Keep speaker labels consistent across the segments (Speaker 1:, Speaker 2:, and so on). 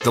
Speaker 1: The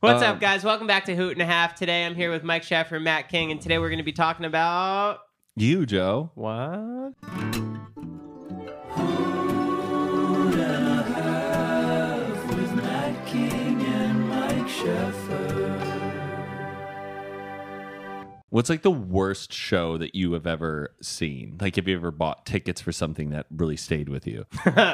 Speaker 2: What's
Speaker 3: Um,
Speaker 2: up, guys? Welcome back to Hoot and a Half. Today I'm here with Mike Shaffer and Matt King, and today we're going to be talking about
Speaker 3: You, Joe.
Speaker 2: what?
Speaker 3: What's like the worst show that you have ever seen? Like, have you ever bought tickets for something that really stayed with you?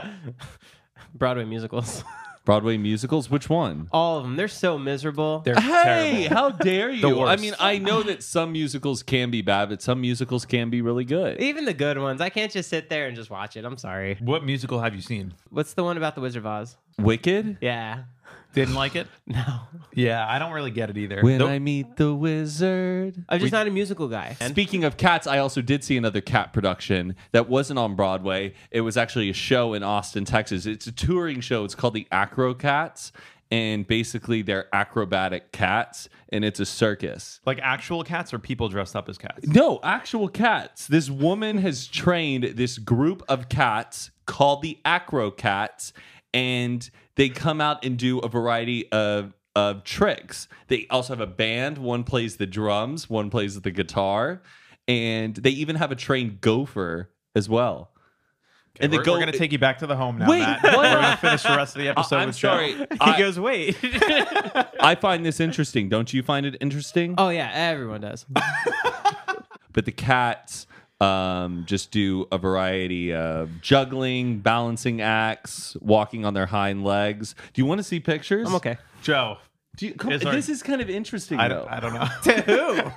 Speaker 2: Broadway musicals.
Speaker 3: Broadway musicals? Which one?
Speaker 2: All of them. They're so miserable.
Speaker 4: They're
Speaker 3: Hey,
Speaker 4: terrible.
Speaker 3: how dare you? I
Speaker 4: worst.
Speaker 3: mean, I know that some musicals can be bad, but some musicals can be really good.
Speaker 2: even the good ones. I can't just sit there and just watch it. I'm sorry.
Speaker 4: What musical have you seen?
Speaker 2: What's the one about the Wizard of Oz?
Speaker 3: Wicked?
Speaker 2: Yeah.
Speaker 4: Didn't like it?
Speaker 2: No.
Speaker 4: Yeah, I don't really get it either.
Speaker 3: When
Speaker 4: Nope.
Speaker 3: I meet the wizard.
Speaker 2: I'm just not a musical guy.
Speaker 3: Speaking of cats, I also did see another cat production that wasn't on Broadway. It was actually a show in Austin, Texas. It's a touring show. It's called the Acro Cats, and basically they're acrobatic cats, and it's a circus.
Speaker 4: like actual cats or people dressed up as cats?
Speaker 3: No, actual cats. This woman has trained this group of cats called the Acro Cats, and they come out and do a variety of of tricks. They also have a band. One plays the drums, one plays the guitar, and they even have a trained gopher as well.
Speaker 4: Okay,
Speaker 3: and
Speaker 4: we're, we're gonna take you back to the home now,
Speaker 3: Wait,
Speaker 4: Matt.
Speaker 3: what?
Speaker 4: We're gonna finish the rest of the episode.
Speaker 3: I'm
Speaker 4: with Joe.
Speaker 3: sorry.
Speaker 2: he
Speaker 3: I,
Speaker 2: goes, wait.
Speaker 3: I find this interesting. Don't you find it interesting?
Speaker 2: oh yeah, everyone does.
Speaker 3: but the cats um, just do a variety of juggling, balancing acts, walking on their hind legs. Do you want to see pictures?
Speaker 2: I'm okay.
Speaker 4: Joe.
Speaker 3: Do you, come,
Speaker 4: Is our-
Speaker 3: this is kind of interesting,
Speaker 4: I
Speaker 3: though.
Speaker 4: don't, I don't know.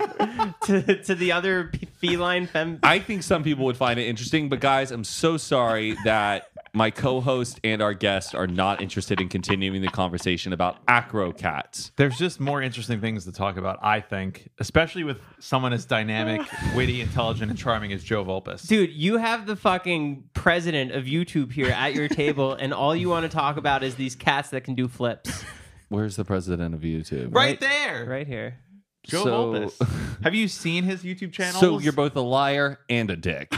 Speaker 2: to, to the other p- feline fem.
Speaker 3: I think some people would find it interesting, but guys, I'm so sorry that my co-host and our guest are not interested in continuing the conversation about acro cats.
Speaker 4: There's just more interesting things to talk about, I think, especially with someone as dynamic, witty, intelligent, and charming as Joe Vulpes.
Speaker 2: Dude, you have the fucking president of YouTube here at your table, and all you want to talk about is these cats that can do flips
Speaker 3: Where's the president of YouTube?
Speaker 4: right there,
Speaker 2: right here.
Speaker 4: Joe
Speaker 3: So-
Speaker 4: Vulpes. Have you seen his YouTube channel?
Speaker 3: So you're both a liar and a dick.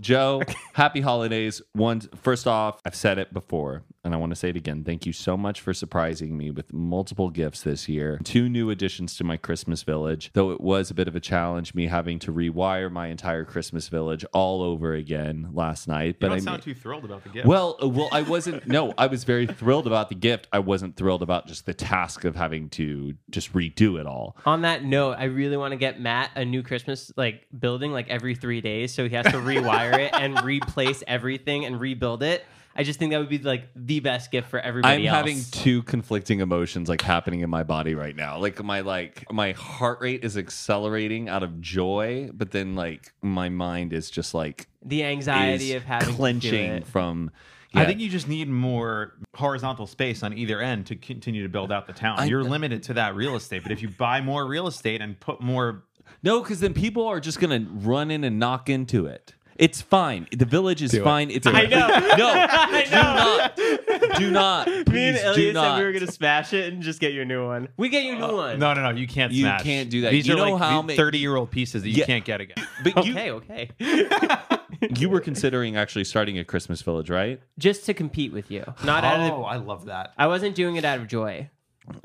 Speaker 3: Joe, happy holidays. One, first off, I've said it before, and I want to say it again. Thank you so much for surprising me with multiple gifts this year. Two new additions to my Christmas village, though it was a bit of a challenge me having to rewire my entire Christmas village all over again last night. But
Speaker 4: You don't
Speaker 3: I
Speaker 4: sound
Speaker 3: mean-
Speaker 4: too thrilled about the gift.
Speaker 3: well, uh, well, I wasn't. No, I was very thrilled about the gift. I wasn't thrilled about just the task of having to just redo it all.
Speaker 2: On that note, I really want to get Matt a new Christmas like building like every three days, so he has to rewire it and replace everything and rebuild it. I just think that would be like the best gift for
Speaker 3: I'm
Speaker 2: everybody else.
Speaker 3: having two conflicting emotions like happening in my body right now. Like my like my heart rate is accelerating out of joy, but then like my mind is just like
Speaker 2: the
Speaker 3: is
Speaker 2: anxiety of having
Speaker 3: clenching
Speaker 2: to do it.
Speaker 3: from.
Speaker 4: I think you just need more horizontal space on either end to continue to build out the town. You're limited to that real estate, but if you buy more real estate and put more,
Speaker 3: no, because then people are just gonna run in and knock into it. It's fine. The village is fine. It's I
Speaker 2: know.
Speaker 3: No, do not. Do not.
Speaker 2: Me and
Speaker 3: Please
Speaker 2: Elliot
Speaker 3: do
Speaker 2: said
Speaker 3: not.
Speaker 2: we were gonna smash it and just get you a new one. Oh, We get you a new one.
Speaker 4: no, no, no, you can't.
Speaker 3: You
Speaker 4: smash.
Speaker 3: can't do that.
Speaker 4: These
Speaker 3: You
Speaker 4: are
Speaker 3: know
Speaker 4: like
Speaker 3: how
Speaker 4: the
Speaker 3: ma-
Speaker 4: 30 year old pieces that you
Speaker 3: Yeah.
Speaker 4: can't get again.
Speaker 3: But you,
Speaker 2: Okay, okay.
Speaker 3: you were considering actually starting a Christmas village, right?
Speaker 2: Just to compete with you, not out of.
Speaker 4: Oh, I love that.
Speaker 3: Oh,
Speaker 2: I wasn't doing it out of joy.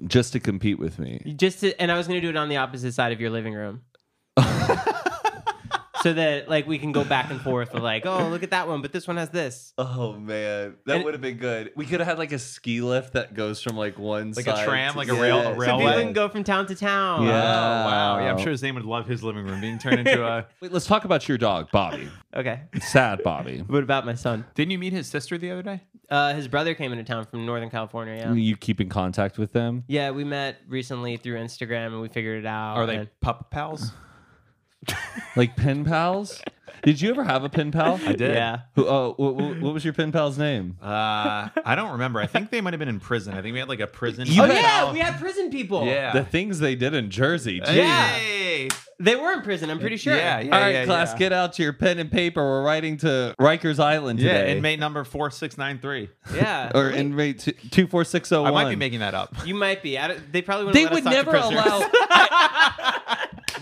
Speaker 3: Just to compete with me.
Speaker 2: Just to, and I was gonna do it on the opposite side of your living room. so that like we can go back and forth of like, oh, look at that one, but this one has this.
Speaker 3: Oh man, that
Speaker 2: And-
Speaker 3: would have been good. We could have had like a ski lift that goes from like one
Speaker 4: Like a
Speaker 3: side
Speaker 4: tram,
Speaker 3: to-
Speaker 4: like a rail- a
Speaker 3: Yes.
Speaker 2: So people
Speaker 4: Railway.
Speaker 2: can go from town to town.
Speaker 4: Oh,
Speaker 3: Oh, Yeah.
Speaker 4: wow. Yeah, I'm sure his name would love his living room being turned into a.
Speaker 3: Wait, let's talk about your dog, Bobby.
Speaker 2: Uh, Okay.
Speaker 3: Sad Bobby.
Speaker 2: What about my son?
Speaker 4: Didn't you meet his sister the other day?
Speaker 2: Uh, his brother came into town from Northern California. Yeah.
Speaker 3: You keep in contact with them?
Speaker 2: Yeah, we met recently through Instagram and we figured it out.
Speaker 4: Are they
Speaker 2: and-
Speaker 4: pup pals?
Speaker 3: Like pen pals? Did you ever have a pen pal? I
Speaker 4: did.
Speaker 2: Yeah.
Speaker 3: Who, oh, what, what, what was your pen pal's name?
Speaker 4: Uh, I don't remember. I think they might have been in prison. I think we had like a prison.
Speaker 3: You
Speaker 2: Oh
Speaker 4: pup
Speaker 3: had-
Speaker 2: yeah,
Speaker 4: pal.
Speaker 2: we had prison people.
Speaker 4: Yeah.
Speaker 3: The things they did in Jersey. Jeez.
Speaker 4: Hey.
Speaker 2: They were in prison, I'm pretty sure.
Speaker 4: Yeah, yeah,
Speaker 3: All right,
Speaker 4: yeah,
Speaker 3: class,
Speaker 4: yeah.
Speaker 3: get out your pen and paper. We're writing to Rikers Island
Speaker 4: Yeah,
Speaker 3: today.
Speaker 4: inmate number 4693.
Speaker 2: Yeah.
Speaker 3: or inmate two- 24601.
Speaker 4: I might be making that up.
Speaker 2: you might be. I don't- they probably wouldn't
Speaker 3: they
Speaker 2: let us talk
Speaker 3: would
Speaker 2: to
Speaker 3: never
Speaker 2: prisoners.
Speaker 3: allow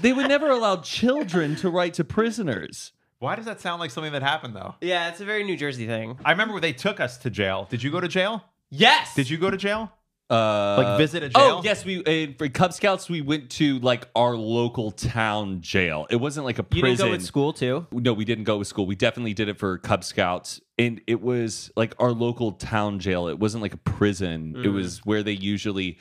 Speaker 3: they would never allow children to write to prisoners
Speaker 4: Why does that sound like something that happened though?
Speaker 2: Yeah, it's a very New Jersey thing.
Speaker 4: I remember they took us to jail. Did you go to jail?
Speaker 2: Yes.
Speaker 4: Did you go to jail?
Speaker 3: uh
Speaker 4: Like visit a jail?
Speaker 3: oh yes we uh, for cub scouts we went to like our local town jail it wasn't like a
Speaker 2: You
Speaker 3: prison
Speaker 2: didn't go with school too?
Speaker 3: no we didn't go with school we definitely did it for cub scouts and it was like our local town jail it wasn't like a prison
Speaker 2: Mm.
Speaker 3: it was where they usually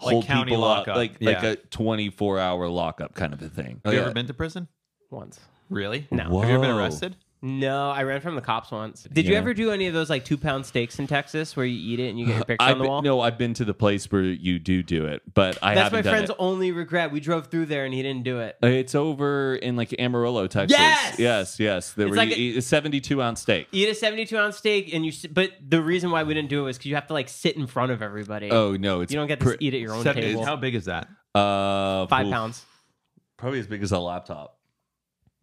Speaker 4: Like
Speaker 3: hold
Speaker 4: county
Speaker 3: people
Speaker 4: lockup.
Speaker 3: up like like
Speaker 4: Yeah.
Speaker 3: a 24 hour lockup kind of a thing
Speaker 4: Have you
Speaker 3: Yeah.
Speaker 4: ever been to prison?
Speaker 2: Once.
Speaker 4: Really?
Speaker 2: No.
Speaker 4: Have you ever been
Speaker 3: Whoa.
Speaker 4: arrested?
Speaker 2: No, I ran from the cops once. Did you
Speaker 3: Yeah.
Speaker 2: ever do any of those like two pound steaks in Texas where you eat it and you get your picture
Speaker 3: I've
Speaker 2: on the
Speaker 3: been-
Speaker 2: wall?
Speaker 3: No, I've been to the place where you do do it, but I
Speaker 2: That's
Speaker 3: haven't
Speaker 2: my
Speaker 3: done
Speaker 2: friend's
Speaker 3: it.
Speaker 2: only regret. We drove through there and he didn't do it.
Speaker 3: It's over in like Amarillo, Texas.
Speaker 2: Yes!
Speaker 3: yes, yes. There
Speaker 2: It's
Speaker 3: were
Speaker 2: like
Speaker 3: you
Speaker 2: a-
Speaker 3: eat a, seventy-two ounce steak.
Speaker 2: Eat a 72 ounce steak and you, s- but the reason why we didn't do it was because you have to like sit in front of everybody.
Speaker 3: Oh no, it's
Speaker 2: you don't get to
Speaker 3: pre-
Speaker 2: s- eat at your own
Speaker 4: Seven-
Speaker 2: table.
Speaker 4: How big is that?
Speaker 3: uh,
Speaker 2: Five
Speaker 3: oof,
Speaker 2: pounds.
Speaker 3: probably as big as a laptop.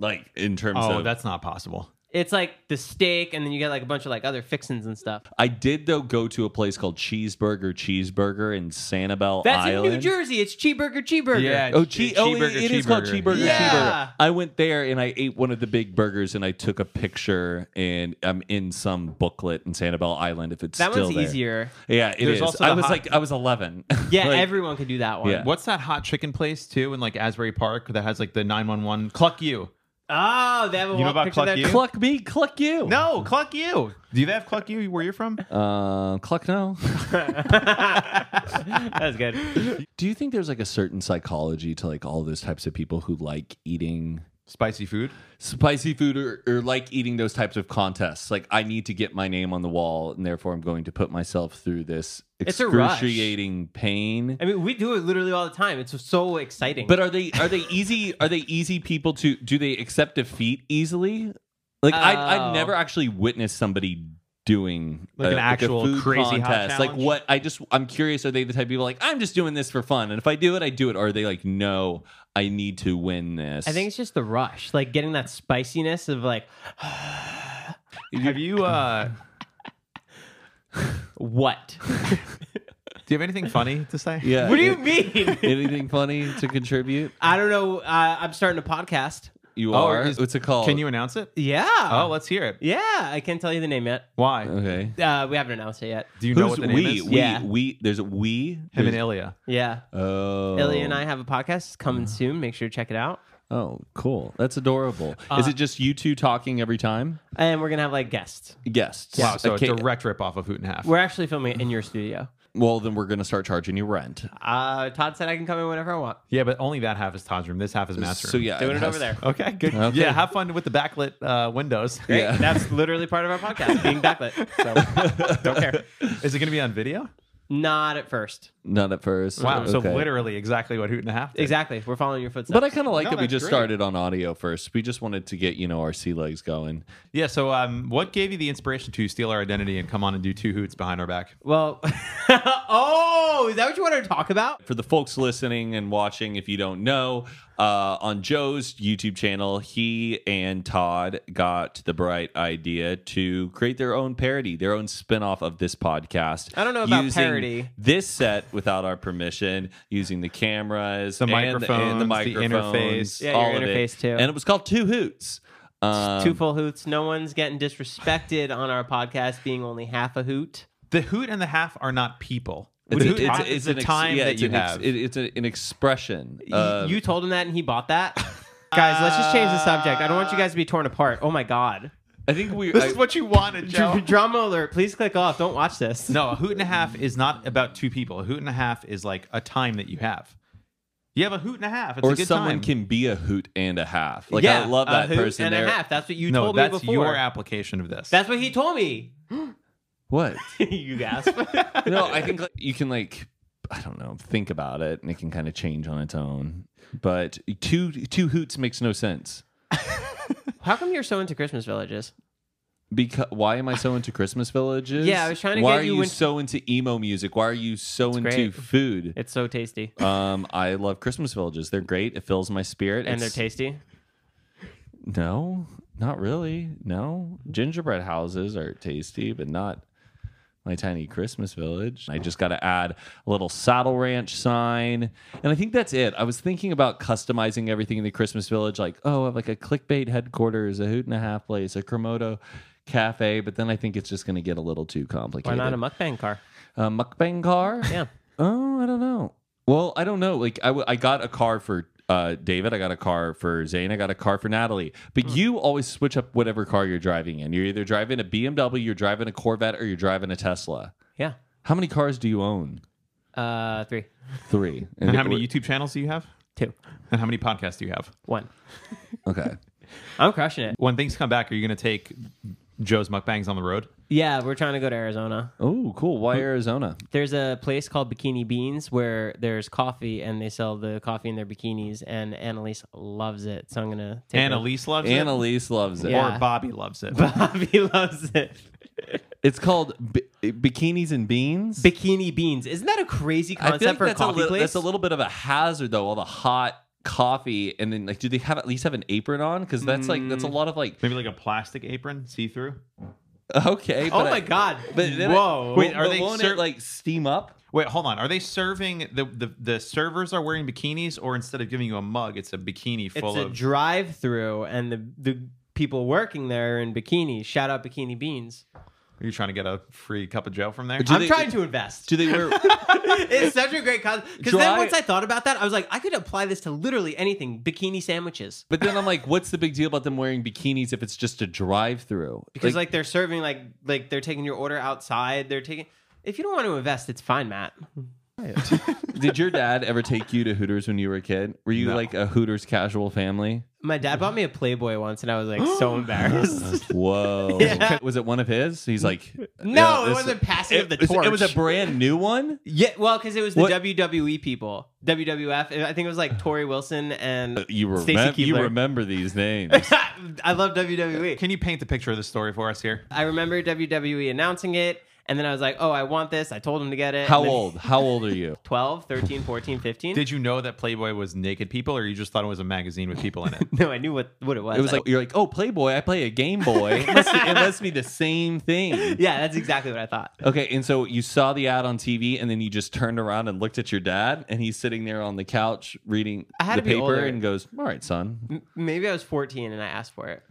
Speaker 3: Like in terms
Speaker 4: Oh,
Speaker 3: of,
Speaker 4: that's not possible.
Speaker 2: It's like the steak and then you get like a bunch of like other fixins and stuff.
Speaker 3: I did though go to a place called Cheeseburger Cheeseburger in Sanibel
Speaker 2: That's
Speaker 3: Island.
Speaker 2: in New Jersey. It's cheeseburger, cheeseburger.
Speaker 4: Yeah.
Speaker 3: Oh,
Speaker 4: It's
Speaker 3: che-
Speaker 4: cheeseburger,
Speaker 3: oh it- it is called
Speaker 4: cheeseburger.
Speaker 3: cheeseburger.
Speaker 2: Yeah.
Speaker 3: cheeseburger. I went there and I ate one of the big burgers and I took a picture and I'm in some booklet in Sanibel Island if it's
Speaker 2: That
Speaker 3: still
Speaker 2: one's
Speaker 3: there.
Speaker 2: easier.
Speaker 3: Yeah, it is.
Speaker 4: There's also
Speaker 3: I
Speaker 4: the
Speaker 3: was
Speaker 4: hot-
Speaker 3: like, I was 11.
Speaker 2: Yeah,
Speaker 3: Like,
Speaker 2: everyone could do that one.
Speaker 3: Yeah.
Speaker 4: What's that hot chicken place too in like Asbury Park that has like the 911 Cluck You?
Speaker 2: Oh, they have a
Speaker 4: You know
Speaker 2: wall
Speaker 4: about
Speaker 2: picture
Speaker 4: Cluck
Speaker 2: there.
Speaker 4: You?
Speaker 3: cluck me, cluck you.
Speaker 4: No, Cluck You. Do you have Cluck You where you're from?
Speaker 3: Uh, cluck no.
Speaker 2: That's good.
Speaker 3: Do you think there's like a certain psychology to like all those types of people who like eating
Speaker 4: Spicy food.
Speaker 3: spicy food or, or like eating those types of contests? Like, I need to get my name on the wall and therefore I'm going to put myself through this
Speaker 2: It's a rush.
Speaker 3: excruciating pain.
Speaker 2: I mean, we do it literally all the time. It's so exciting.
Speaker 3: But are they are they easy are they easy people to do they accept defeat easily? Like I
Speaker 2: Oh.
Speaker 3: I've never actually witnessed somebody doing
Speaker 4: Like an actual
Speaker 3: food
Speaker 4: crazy hot
Speaker 3: Like
Speaker 4: challenge?
Speaker 3: what I just I'm curious are they the type of people like I'm just doing this for fun and if I do it I do it or are they like no I need to win this.
Speaker 2: I think it's just the rush, like getting that spiciness of like
Speaker 4: Have you uh do
Speaker 2: what?
Speaker 4: you have anything funny to say?
Speaker 3: yeah.
Speaker 2: what do you
Speaker 3: It-
Speaker 2: mean?
Speaker 3: Anything funny to contribute?
Speaker 2: I don't know. Uh, I'm starting a podcast.
Speaker 3: You
Speaker 4: Oh,
Speaker 3: are.
Speaker 4: is-
Speaker 3: What's it called?
Speaker 4: Can you announce it?
Speaker 2: Yeah.
Speaker 4: Oh, let's hear it.
Speaker 2: yeah. I can't tell you the name yet.
Speaker 4: Why?
Speaker 3: Okay.
Speaker 2: Uh, we haven't announced it yet.
Speaker 4: Do you know
Speaker 3: Who's
Speaker 4: what the
Speaker 3: we?
Speaker 4: name is?
Speaker 3: We
Speaker 2: Yeah.
Speaker 3: we there's a we
Speaker 4: Him
Speaker 3: There's-
Speaker 4: and Ilya.
Speaker 2: Yeah.
Speaker 3: Oh. Mm.
Speaker 2: Ilya and I have a podcast It's coming soon. Make sure to check it out.
Speaker 3: Oh, cool. That's adorable. Is
Speaker 4: Uh,
Speaker 3: it just you two talking every time?
Speaker 2: And we're gonna have like guests.
Speaker 3: Guests.
Speaker 4: Wow, so
Speaker 3: Okay.
Speaker 4: a direct rip off of Hoot and Half.
Speaker 2: We're actually filming it in your studio.
Speaker 3: well, then we're going to start charging you rent.
Speaker 4: Ah,
Speaker 2: Uh, Todd said I can come in whenever I want.
Speaker 4: Yeah, but only that half is Todd's room. This half is Matt's room.
Speaker 3: So yeah,
Speaker 2: Doing it
Speaker 3: has-
Speaker 2: over there.
Speaker 4: Okay, good.
Speaker 3: Okay.
Speaker 4: Yeah, have fun with the backlit uh, windows.
Speaker 2: Great.
Speaker 3: Yeah.
Speaker 2: That's literally part of our podcast, being backlit. So don't care.
Speaker 4: Is it going to be on video?
Speaker 2: Not at first.
Speaker 3: Not at first.
Speaker 4: Wow. So
Speaker 3: Okay.
Speaker 4: literally exactly what Hoot and a Half did.
Speaker 2: Exactly. We're following your footsteps.
Speaker 3: But I kind of like
Speaker 4: No,
Speaker 3: that we
Speaker 4: that's
Speaker 3: just
Speaker 4: great.
Speaker 3: started on audio first. We just wanted to get you know our sea legs going.
Speaker 4: Yeah. So, um, what gave you the inspiration to steal our identity and come on and do two hoots behind our back?
Speaker 2: well, oh, is that what you wanted to talk about?
Speaker 3: For the folks listening and watching, if you don't know, uh, on Joe's YouTube channel, he and Todd got the bright idea to create their own parody, their own spinoff of this podcast.
Speaker 2: I don't know about
Speaker 3: using
Speaker 2: parody.
Speaker 3: This set without our permission, using the cameras,
Speaker 4: The
Speaker 3: and and the
Speaker 4: microphones, the
Speaker 3: microphones,
Speaker 4: interface.
Speaker 2: Yeah, your
Speaker 3: all of it.
Speaker 2: interface, too.
Speaker 3: And it was called Two Hoots. Um,
Speaker 2: Two full hoots. No one's getting disrespected on our podcast being only half a hoot.
Speaker 4: The hoot and the half are not people.
Speaker 3: It's,
Speaker 4: The
Speaker 3: a,
Speaker 4: hoot
Speaker 3: it's,
Speaker 4: half
Speaker 3: a-
Speaker 4: is
Speaker 3: it's
Speaker 4: the
Speaker 3: an ex-
Speaker 4: time
Speaker 3: yeah,
Speaker 4: that
Speaker 3: it's
Speaker 4: you
Speaker 3: an ex-
Speaker 4: have.
Speaker 3: it- it's a- an expression.
Speaker 2: Y-
Speaker 3: of-
Speaker 2: you told him that and he bought that? Guys, let's just change the subject. I don't want you guys to be torn apart. Oh my god.
Speaker 3: I think we.
Speaker 4: This
Speaker 3: I-
Speaker 4: is what you wanted, Joe.
Speaker 2: Drama alert. Please click off. Don't watch this.
Speaker 4: No, a hoot and a half is not about two people. A hoot and a half is like a time that you have. You have a hoot and a half. It's
Speaker 3: or
Speaker 4: a good
Speaker 3: someone
Speaker 4: time.
Speaker 3: can be a hoot and a half. Like
Speaker 2: yeah,
Speaker 3: I love that
Speaker 2: a hoot
Speaker 3: person
Speaker 2: and
Speaker 3: there.
Speaker 2: a half. That's what you
Speaker 4: no,
Speaker 2: told me
Speaker 4: that's
Speaker 2: before.
Speaker 4: your application of this.
Speaker 2: That's what he told me.
Speaker 3: What?
Speaker 2: you gasp.
Speaker 3: no, I think like, you can like I don't know, think about it and it can kind of change on its own. But two two hoots makes no sense.
Speaker 2: How come you're so into Christmas villages?
Speaker 3: Because why am I so into Christmas villages?
Speaker 2: Yeah, I was trying to
Speaker 3: Why
Speaker 2: get
Speaker 3: are
Speaker 2: you
Speaker 3: you
Speaker 2: in-
Speaker 3: so into emo music? Why are you so into
Speaker 2: great.
Speaker 3: food?
Speaker 2: It's so tasty
Speaker 3: Um, I love Christmas villages. They're great. It fills my spirit.
Speaker 2: and they're
Speaker 3: It's-
Speaker 2: tasty.
Speaker 3: No, not really. No, gingerbread houses are tasty, but not my tiny Christmas village. I just got to add a little saddle ranch sign, and I think that's it. I was thinking about customizing everything in the Christmas village, like oh, I have like a clickbait headquarters, a hoot and a half place, a Kremoto cafe, but then I think it's just going to get a little too
Speaker 2: Why
Speaker 3: complicated.
Speaker 2: not a mukbang car?
Speaker 3: a mukbang car?
Speaker 2: Yeah.
Speaker 3: Oh, I don't know. Well, I don't know. Like I, w- I got a car for uh, David. I got a car for Zane. I got a car for Natalie. But
Speaker 4: Hmm.
Speaker 3: you always switch up whatever car you're driving in. You're either driving a BMW, you're driving a Corvette, or you're driving a Tesla.
Speaker 2: Yeah.
Speaker 3: How many cars do you own?
Speaker 2: Uh, three,
Speaker 3: Three.
Speaker 4: and how many YouTube channels do you have?
Speaker 2: two,
Speaker 4: And how many podcasts do you have?
Speaker 2: one.
Speaker 3: Okay.
Speaker 2: I'm crushing it.
Speaker 4: When things come back, are you going to take Joe's mukbangs on the road?
Speaker 2: Yeah, we're trying to go to Arizona.
Speaker 3: Oh, cool. Why Arizona?
Speaker 2: There's a place called Bikini Beans where there's coffee and they sell the coffee in their bikinis, and Annalise loves it. So I'm gonna take her.
Speaker 4: Annalise loves it.
Speaker 3: Annalise loves it.
Speaker 2: Yeah.
Speaker 4: Or Bobby loves it.
Speaker 2: Bobby loves it.
Speaker 3: It's called bi- bikinis and beans.
Speaker 2: Bikini Beans. Isn't that a crazy
Speaker 3: I
Speaker 2: concept
Speaker 3: feel like
Speaker 2: for a
Speaker 3: that's a,
Speaker 2: coffee
Speaker 3: little,
Speaker 2: place?
Speaker 3: that's a little bit of a hazard though. All the hot coffee, and then like, do they have at least have an apron on? Because that's like that's a
Speaker 4: Mm.
Speaker 3: lot of like.
Speaker 4: Maybe like a plastic apron, see through.
Speaker 3: Okay.
Speaker 2: oh
Speaker 3: but
Speaker 2: my
Speaker 3: I-
Speaker 2: god!
Speaker 3: But then
Speaker 2: Whoa!
Speaker 3: It,
Speaker 4: Wait, are
Speaker 3: but
Speaker 4: they
Speaker 3: won't
Speaker 4: ser-
Speaker 3: it like steam up?
Speaker 4: Wait, hold on. Are they serving the, the the servers are wearing bikinis, or instead of giving you a mug, it's a bikini
Speaker 2: it's
Speaker 4: full
Speaker 2: a
Speaker 4: of
Speaker 2: drive-through, and the the people working there are in bikinis. Shout out Bikini Beans.
Speaker 4: Are you trying to get a free cup of Joe from there?
Speaker 3: Do
Speaker 2: I'm
Speaker 3: they-
Speaker 2: trying to invest.
Speaker 3: Do they wear?
Speaker 2: it's such a great concept. Because then
Speaker 3: Dry-
Speaker 2: once I thought about that, I was like, I could apply this to literally anything. Bikini sandwiches.
Speaker 3: but then I'm like, what's the big deal about them wearing bikinis if it's just a drive-through?
Speaker 2: Because like, they're serving like like they're taking your order outside. They're taking. If you don't want to invest, it's fine, Matt.
Speaker 3: did your dad ever take you to Hooters when you were a kid? Were you
Speaker 4: No.
Speaker 3: like a Hooters casual family?
Speaker 2: My dad bought me a Playboy once, and I was like so embarrassed.
Speaker 3: Whoa!
Speaker 2: Yeah.
Speaker 3: Was it one of his? He's like,
Speaker 2: No, it
Speaker 3: this-
Speaker 2: wasn't passing of the
Speaker 3: it was- It was a
Speaker 2: torch.
Speaker 3: brand new one.
Speaker 2: yeah, well, because it was the
Speaker 3: What-
Speaker 2: WWE people, WWF. I think it was like Tori Wilson and
Speaker 3: You,
Speaker 2: Stacy
Speaker 3: remem- you
Speaker 2: Keibler.
Speaker 3: remember these names?
Speaker 2: I love WWE.
Speaker 4: Can you paint the picture of the story for us here?
Speaker 2: I remember WWE announcing it, and then I was like, oh, I want this. I told him to get it.
Speaker 3: How
Speaker 2: and then-
Speaker 3: old? How old are you?
Speaker 2: 12, 13, 14, 15.
Speaker 4: Did you know that Playboy was naked people, or you just thought it was a magazine with people in it?
Speaker 2: no, I knew what, what it was.
Speaker 3: It was
Speaker 2: I-
Speaker 3: like you're like, oh, Playboy. I play a Game Boy. It must, it must be the same thing.
Speaker 2: yeah, that's exactly what I thought.
Speaker 3: Okay, and so you saw the ad on TV, and then you just turned around and looked at your dad, and he's sitting there on the couch reading
Speaker 2: I had
Speaker 3: the
Speaker 2: to be
Speaker 3: paper,
Speaker 2: older.
Speaker 3: and goes, "All right, son."
Speaker 2: Maybe I was 14 and I asked for it.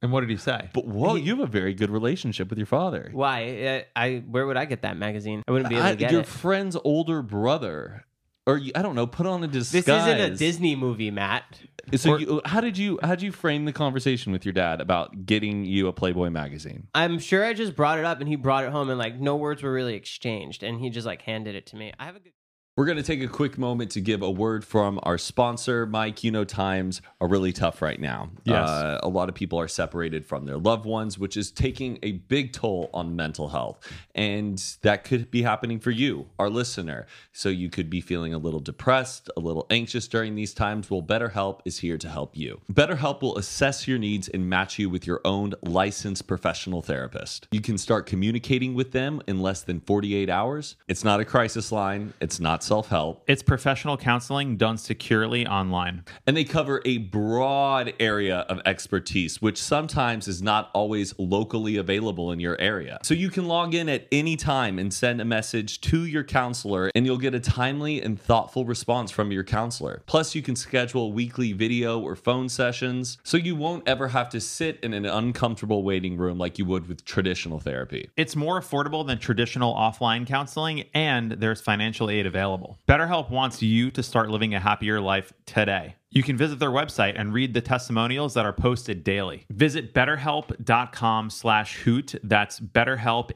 Speaker 4: and what did he say?
Speaker 3: But whoa, you have a very good relationship with your father.
Speaker 2: Why? I, I where would I get that magazine? I wouldn't be able
Speaker 3: I-
Speaker 2: to get
Speaker 3: your
Speaker 2: it.
Speaker 3: friend's older brother, or you, I don't know, put on a disguise.
Speaker 2: This isn't a Disney movie, Matt.
Speaker 3: So you, how did you how did you frame the conversation with your dad about getting you a Playboy magazine?
Speaker 2: I'm sure I just brought it up and he brought it home and like no words were really exchanged and he just like handed it to me. I have a good
Speaker 3: We're going to take a quick moment to give a word from our sponsor, Mike. You know, times are really tough right now.
Speaker 4: Yes.
Speaker 3: Uh, a lot of people are separated from their loved ones, which is taking a big toll on mental health. And that could be happening for you, our listener. So you could be feeling a little depressed, a little anxious during these times. Well, BetterHelp is here to help you. BetterHelp will assess your needs and match you with your own licensed professional therapist. You can start communicating with them in less than 48 hours. It's not a crisis line, it's not self help.
Speaker 4: It's professional counseling done securely online.
Speaker 3: And they cover a broad area of expertise, which sometimes is not always locally available in your area. So you can log in at any time and send a message to your counselor, and you'll get a timely and thoughtful response from your counselor. Plus, you can schedule weekly video or phone sessions, so you won't ever have to sit in an uncomfortable waiting room like you would with traditional therapy.
Speaker 4: It's more affordable than traditional offline counseling, and there's financial aid available. available. BetterHelp wants you to start living a happier life today. You can visit their website and read the testimonials that are posted daily. Visit betterhelp.com slash hoot. That's betterhelp,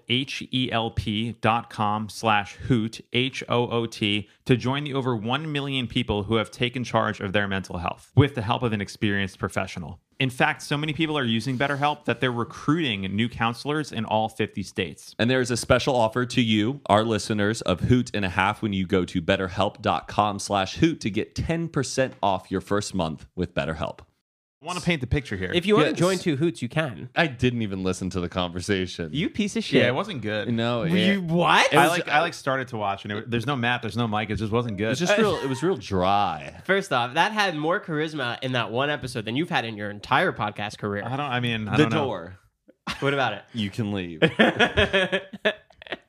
Speaker 4: H-E-L-P dot com slash hoot, H-O-O-T, to join the over 1 million people who have taken charge of their mental health with the help of an experienced professional. In fact, so many people are using BetterHelp that they're recruiting new counselors in all 50 states.
Speaker 3: And there is a special offer to you, our listeners, of Hoot and a Half when you go to betterhelp.com slash hoot to get 10% off your first month with BetterHelp.
Speaker 4: I want to paint the picture here.
Speaker 2: If you want
Speaker 3: Yes.
Speaker 2: to join two hoots, you can.
Speaker 3: I didn't even listen to the conversation.
Speaker 2: You piece of shit.
Speaker 4: yeah, it wasn't good.
Speaker 3: No, it,
Speaker 2: You what?
Speaker 4: I like I like started to watch and it, there's no map, there's no mic, it just wasn't good.
Speaker 3: it was just real. It was real dry.
Speaker 2: First off, that had more charisma in that one episode than you've had in your entire podcast career.
Speaker 4: I don't I mean I
Speaker 3: the
Speaker 4: don't know.
Speaker 3: door.
Speaker 2: What about it?
Speaker 3: You can leave.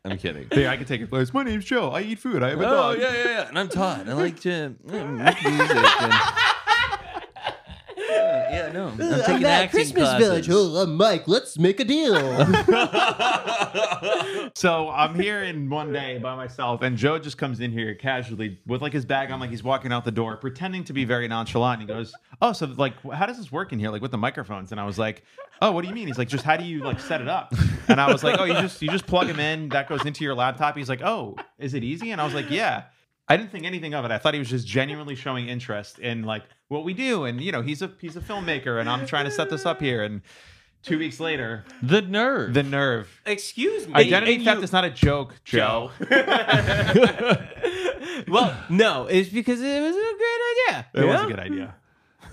Speaker 3: I'm kidding.
Speaker 4: Yeah, I could take it. Place. My name's Joe. I eat food. I have a
Speaker 3: Oh yeah, yeah, yeah. And I'm Todd. I like to mm, make music. And, yeah, yeah, no. I'm taking acting classes.
Speaker 5: I'm Mike. Let's make a deal.
Speaker 4: So I'm here in one day by myself, and Joe just comes in here casually with like his bag on, like he's walking out the door, pretending to be very nonchalant. He goes, "Oh, so like, how does this work in here, like with the microphones?" And I was like, "Oh, what do you mean?" He's like, "Just how do you like set it up?" And I was like, "Oh, you just you just plug him in. That goes into your laptop." He's like, "Oh, is it easy?" And I was like, "Yeah." I didn't think anything of it. I thought he was just genuinely showing interest in like what we do, and you know, he's a he's a filmmaker, and I'm trying to set this up here. And two weeks later,
Speaker 3: The nerve.
Speaker 4: the nerve.
Speaker 2: Excuse me.
Speaker 4: Identity
Speaker 2: And
Speaker 4: theft
Speaker 2: you-
Speaker 4: is not a joke, Joe.
Speaker 2: well, no, it's because it was a great idea.
Speaker 4: It
Speaker 2: you
Speaker 4: was a
Speaker 2: know?
Speaker 4: good idea.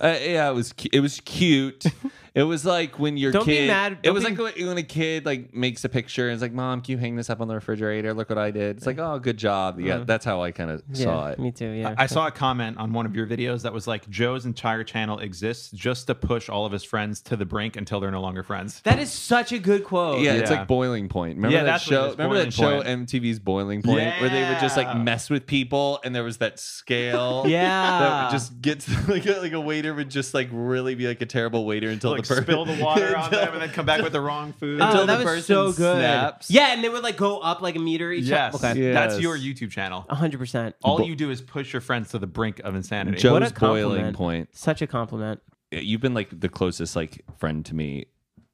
Speaker 3: Uh, yeah, it was. cu- It was cute. It was like when your
Speaker 2: Don't be
Speaker 3: kid.
Speaker 2: mad.
Speaker 3: It
Speaker 2: Don't
Speaker 3: was
Speaker 2: be-
Speaker 3: like when when a kid like makes a picture and is like, "Mom, can you hang this up on the refrigerator? Look what I did." It's like, "Oh, good job."
Speaker 4: Uh-huh.
Speaker 3: Yeah, that's how I kind of saw it.
Speaker 2: Me too. Yeah.
Speaker 4: I saw a comment on one of your videos that was like, Joe's entire channel exists just to push all of his friends to the brink until they're no longer friends.
Speaker 2: that is such a good quote.
Speaker 3: Yeah, it's
Speaker 4: Yeah.
Speaker 3: like Boiling Point. Remember
Speaker 4: Yeah,
Speaker 3: that
Speaker 4: that's what it
Speaker 3: show?
Speaker 4: is,
Speaker 3: Remember that show
Speaker 4: Boiling
Speaker 3: MTV's Boiling Point, where they would just like
Speaker 4: Yeah.
Speaker 3: mess with people, and there was that scale.
Speaker 2: Yeah.
Speaker 3: that would just get to- like a, like a waiter would just like really be like a terrible waiter until the person
Speaker 4: Like, spill the water on
Speaker 3: until-
Speaker 4: them and then come back with the wrong food.
Speaker 2: Oh,
Speaker 3: until
Speaker 2: that was
Speaker 3: the person
Speaker 2: so good.
Speaker 3: snaps.
Speaker 2: Yeah, and they would like go up like a meter each.
Speaker 4: yes.
Speaker 2: time. Okay. Uh,
Speaker 3: Yeah.
Speaker 4: That's
Speaker 3: Yes.
Speaker 4: your YouTube channel.
Speaker 2: hundred percent.
Speaker 4: All you do is push your friends to the brink of insanity.
Speaker 3: Joe's
Speaker 2: What a
Speaker 3: Boiling
Speaker 2: compliment.
Speaker 3: Point.
Speaker 2: Such a compliment.
Speaker 3: you've been like the closest like friend to me,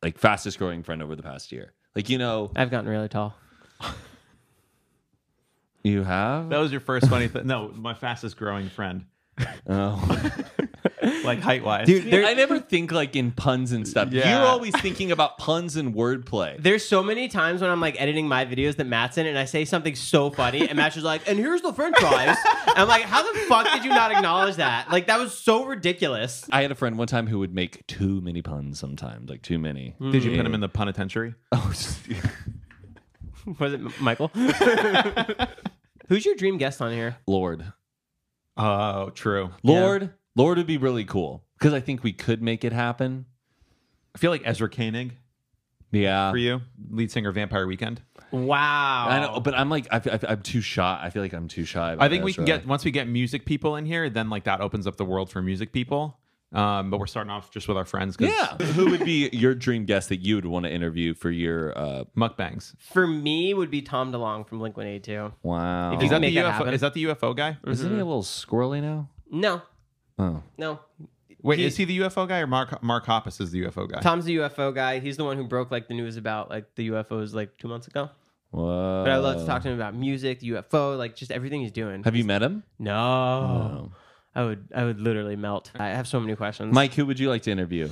Speaker 3: like fastest growing friend over the past year. Like you know,
Speaker 2: I've gotten really tall.
Speaker 3: you have.
Speaker 4: That was your first funny thing. No, my fastest growing friend,
Speaker 3: oh.
Speaker 4: like height wise.
Speaker 3: I never think like in puns and stuff.
Speaker 4: Yeah.
Speaker 3: You're always thinking about puns and wordplay.
Speaker 2: There's so many times when I'm like editing my videos that Matt's in, and I say something so funny, and Matt's just like, "And here's the French fries." I'm like, "How the fuck did you not acknowledge that? Like, that was so ridiculous."
Speaker 3: I had a friend one time who would make too many puns sometimes, like too many.
Speaker 4: Did you put him in the penitentiary?
Speaker 3: Oh, just-
Speaker 2: Was it M- Michael? Who's your dream guest on here?
Speaker 3: Lord.
Speaker 4: Oh, true.
Speaker 3: Lord, Lord would be really cool because I think we could make it happen.
Speaker 4: I feel like Ezra Koenig
Speaker 3: Yeah.
Speaker 4: for you, lead singer of Vampire Weekend.
Speaker 2: Wow.
Speaker 3: I know, but I'm like, I, I, I'm too shy. I feel like I'm too shy. about
Speaker 4: I think we can
Speaker 3: Ezra.
Speaker 4: get once we get music people in here, then like that opens up the world for music people. Um, but we're starting off just with our friends. 'cause
Speaker 3: Yeah. Who would be your dream guest that you would want to interview for your uh
Speaker 4: mukbangs.
Speaker 2: For me, would be Tom DeLong from Blink One Eighty Two.
Speaker 3: wow.
Speaker 2: If
Speaker 4: Is
Speaker 2: you-
Speaker 4: that
Speaker 2: make
Speaker 4: the
Speaker 2: that
Speaker 4: UFO?
Speaker 2: happen.
Speaker 4: Is that the UFO guy?
Speaker 3: Isn't he a little squirrely now?
Speaker 2: No,
Speaker 3: Oh.
Speaker 2: no.
Speaker 4: Wait,
Speaker 2: He-
Speaker 4: is he the UFO guy or Mark Mark Hoppus is the UFO guy?
Speaker 2: Tom's the UFO guy. He's the one who broke like the news about like the UFOs like two months ago.
Speaker 3: Whoa.
Speaker 2: But I love to talk to him about music, the UFO, like just everything he's doing.
Speaker 3: Have you met him?
Speaker 2: No. I would I would literally melt. I have so many questions.
Speaker 3: Mike, who would you like to interview?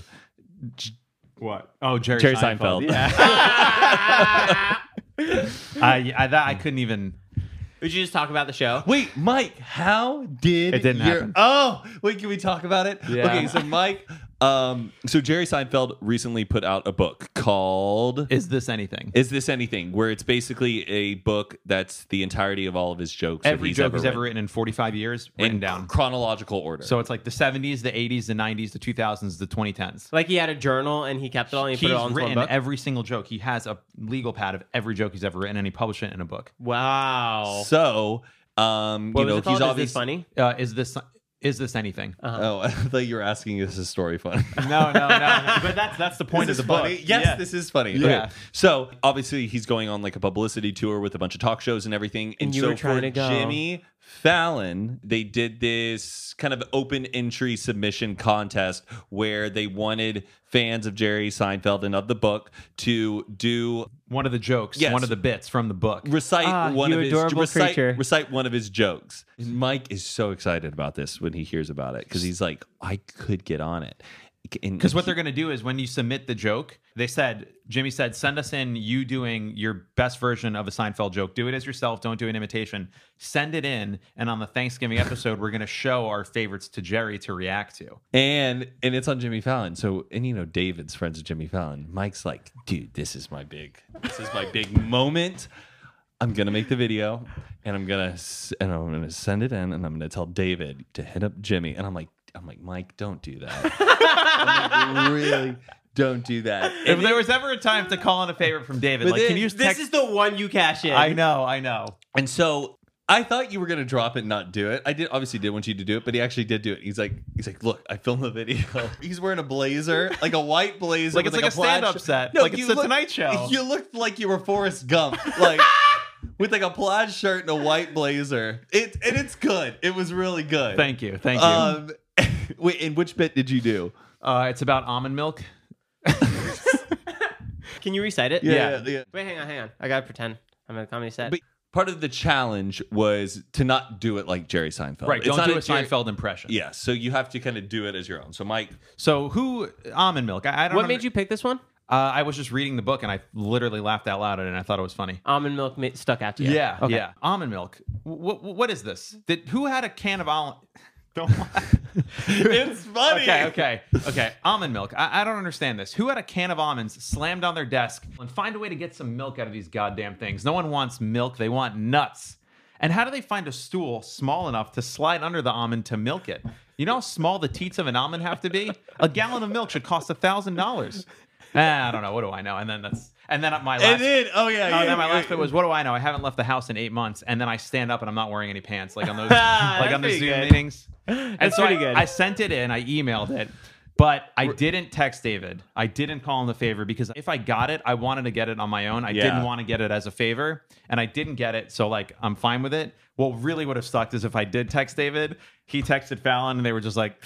Speaker 4: what? Oh, Jerry,
Speaker 3: Jerry Seinfeld.
Speaker 4: Seinfeld. Yeah. I I, that, I couldn't even.
Speaker 2: would you just talk about the show?
Speaker 3: Wait, Mike, how did
Speaker 4: It didn't
Speaker 3: your-
Speaker 4: happen.
Speaker 3: Oh, wait, can we talk about it?
Speaker 4: Yeah.
Speaker 3: Okay, so Mike, um, so Jerry Seinfeld recently put out a book called
Speaker 4: Is this anything?
Speaker 3: Is This Anything? Where it's basically a book that's the entirety of all of his jokes. that
Speaker 4: Every
Speaker 3: he's
Speaker 4: joke he's
Speaker 3: written.
Speaker 4: ever written in 45 years written
Speaker 3: in
Speaker 4: down.
Speaker 3: chronological order.
Speaker 4: So it's like the 70s, the 80s, the 90s, the 2000s, the 2010s.
Speaker 2: Like he had a journal and he kept it all and he
Speaker 4: He's
Speaker 2: put it all into one
Speaker 4: written
Speaker 2: book.
Speaker 4: every single joke. He has a legal pad of every joke he's ever written, and he published it in a book.
Speaker 2: wow.
Speaker 3: So, um,
Speaker 2: what
Speaker 3: you
Speaker 2: was
Speaker 3: know,
Speaker 2: it called? Is
Speaker 3: he's
Speaker 2: this
Speaker 3: obviously
Speaker 2: funny?
Speaker 4: uh, is this is this anything?
Speaker 3: Oh, I thought you were asking is this story funny?
Speaker 4: No, no, no, no. But that's that's the point
Speaker 3: Is
Speaker 4: of the
Speaker 3: this funny?
Speaker 4: book.
Speaker 3: Yes,
Speaker 4: Yeah.
Speaker 3: this is funny.
Speaker 4: Yeah.
Speaker 3: Okay. So obviously he's going on like a publicity tour with a bunch of talk shows and everything. And,
Speaker 2: And you
Speaker 3: so
Speaker 2: were trying
Speaker 3: for
Speaker 2: to go.
Speaker 3: Jimmy Fallon, they did this kind of open entry submission contest where they wanted fans of Jerry Seinfeld and of the book to do
Speaker 4: One of the jokes,
Speaker 3: Yes.
Speaker 4: one of the bits from the book.
Speaker 2: Ah,
Speaker 3: recite one
Speaker 2: you
Speaker 3: of his
Speaker 2: adorable
Speaker 3: recite,
Speaker 2: creature.
Speaker 3: recite one of his jokes. And Mike is so excited about this when he hears about it because he's like, I could get on it.
Speaker 4: Because what they're going to do is when you submit the joke, they said, Jimmy said, send us in you doing your best version of a Seinfeld joke. Do it as yourself. Don't do an imitation. Send it in. And on the Thanksgiving episode, we're going to show our favorites to Jerry to react to.
Speaker 3: and and it's on Jimmy Fallon. So and you know David's friends with Jimmy Fallon. Mike's like, dude, this is my big, this is my big moment. I'm gonna make the video, and I'm gonna s- and I'm gonna send it in, and I'm gonna tell David to hit up Jimmy. And I'm like, I'm like, Mike, don't do that. I'm like, really, don't do that.
Speaker 4: If there was ever a time to call in a favor from David,
Speaker 3: But
Speaker 4: like, can
Speaker 3: then-
Speaker 4: you
Speaker 2: This
Speaker 4: just text?
Speaker 2: is the one you cash in.
Speaker 4: I know, I know.
Speaker 3: And so I thought you were gonna drop it, and not do it. I did obviously did want you to do it, but he actually did do it. He's like, he's like, look, I filmed the video. He's wearing a blazer, like a white blazer,
Speaker 4: Like
Speaker 3: with,
Speaker 4: it's like a
Speaker 3: plaid
Speaker 4: stand-up
Speaker 3: sh-
Speaker 4: set. Like it's
Speaker 3: you
Speaker 4: the Tonight Show.
Speaker 3: You looked like you were Forrest Gump, like with like a plaid shirt and a white blazer. It and it's good. It was really good.
Speaker 4: Thank you. Thank you.
Speaker 3: Um, wait, and which bit did you do?
Speaker 4: Uh, it's about almond milk.
Speaker 2: Can you recite it?
Speaker 3: yeah. yeah.
Speaker 2: Wait, hang on, hang on. I gotta pretend I'm at a comedy set.
Speaker 3: But part of the challenge was to not do it like Jerry Seinfeld.
Speaker 4: Right.
Speaker 3: It's
Speaker 4: Don't
Speaker 3: not
Speaker 4: do a
Speaker 3: Jerry-
Speaker 4: Seinfeld impression.
Speaker 3: Yeah, so you have to kind of do it as your own. So Mike,
Speaker 4: So who almond milk? I, I don't.
Speaker 2: what
Speaker 4: under-
Speaker 2: made you pick this one?
Speaker 4: Uh, I was just reading the book and I literally laughed out loud at it and I thought it was funny.
Speaker 2: Almond milk ma- stuck out to you.
Speaker 4: Yeah,
Speaker 2: Okay.
Speaker 4: yeah. Almond milk. What what is this? Did who had a can of almond? Don't. laugh.
Speaker 3: it's funny.
Speaker 4: okay, okay, okay. Almond milk. I, I don't understand this. Who had a can of almonds slammed on their desk and find a way to get some milk out of these goddamn things? No one wants milk. They want nuts. And how do they find a stool small enough to slide under the almond to milk it? You know how small the teats of an almond have to be? A gallon of milk should cost a thousand dollars. Ah, I don't know. What do I know? And then that's and then my last
Speaker 3: And then, oh yeah,
Speaker 4: Oh,
Speaker 3: yeah,
Speaker 4: then my
Speaker 3: yeah.
Speaker 4: last bit was, what do I know? I haven't left the house in eight months, and then I stand up and I'm not wearing any pants, like on those, like
Speaker 2: That's
Speaker 4: on the
Speaker 2: pretty
Speaker 4: Zoom
Speaker 2: good.
Speaker 4: meetings. And so
Speaker 2: pretty
Speaker 4: I,
Speaker 2: good.
Speaker 4: I sent it in, I emailed it, but I didn't text David. I didn't call him the favor because if I got it, I wanted to get it on my own. I
Speaker 3: Yeah.
Speaker 4: didn't want to get it as a favor, and I didn't get it, so like I'm fine with it. What really would have sucked is if I did text David. He texted Fallon, and they were just like.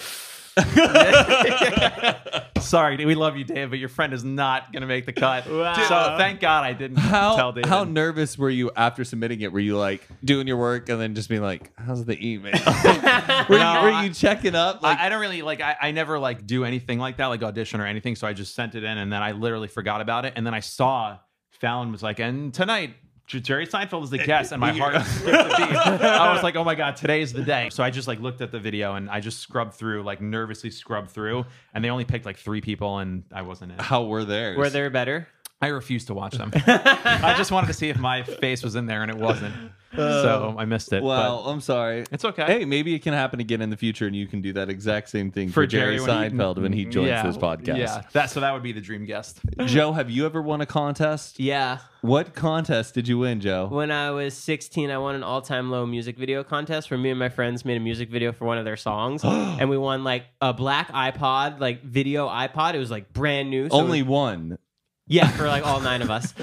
Speaker 4: Sorry, we love you, Dave, but your friend is not going to make the cut. So thank God I didn't tell
Speaker 3: How
Speaker 4: David.
Speaker 3: how nervous were you after submitting it? Were you like doing your work and then just being like, "How's the email?" were,
Speaker 4: No,
Speaker 3: you, were
Speaker 4: I-
Speaker 3: you checking up? Like,
Speaker 4: I, I don't really like I, I never like do anything like that, like audition or anything. So I just sent it in and then I literally forgot about it. And then I saw Fallon was like, and tonight J- Jerry Seinfeld is the
Speaker 3: Eh,
Speaker 4: guest, and my heart skipped a beat. I was like, oh my god, today's the day. So I just like looked at the video and I just scrubbed through, like nervously scrubbed through, and they only picked like three people and I wasn't in.
Speaker 3: how were theirs?
Speaker 2: Were there better?
Speaker 4: I refused to watch them. I just wanted to see if my face was in there and it wasn't. So I missed it. but
Speaker 3: Well, I'm sorry.
Speaker 4: it's okay.
Speaker 3: Hey, maybe it can happen again in the future, and you can do that exact same thing for, Jerry,
Speaker 4: when he- Mm,
Speaker 3: Seinfeld when he joins
Speaker 4: Yeah,
Speaker 3: this podcast.
Speaker 4: Yeah, that so that would be the dream guest.
Speaker 3: Joe, have you ever won a contest?
Speaker 2: Yeah.
Speaker 3: What contest did you win, Joe?
Speaker 2: When I was 16, I won an all time low music video contest where me and my friends made a music video for one of their songs. and we won like a black iPod, like video iPod. It was like brand new. so
Speaker 3: Only one.
Speaker 2: Yeah, for like all nine of us.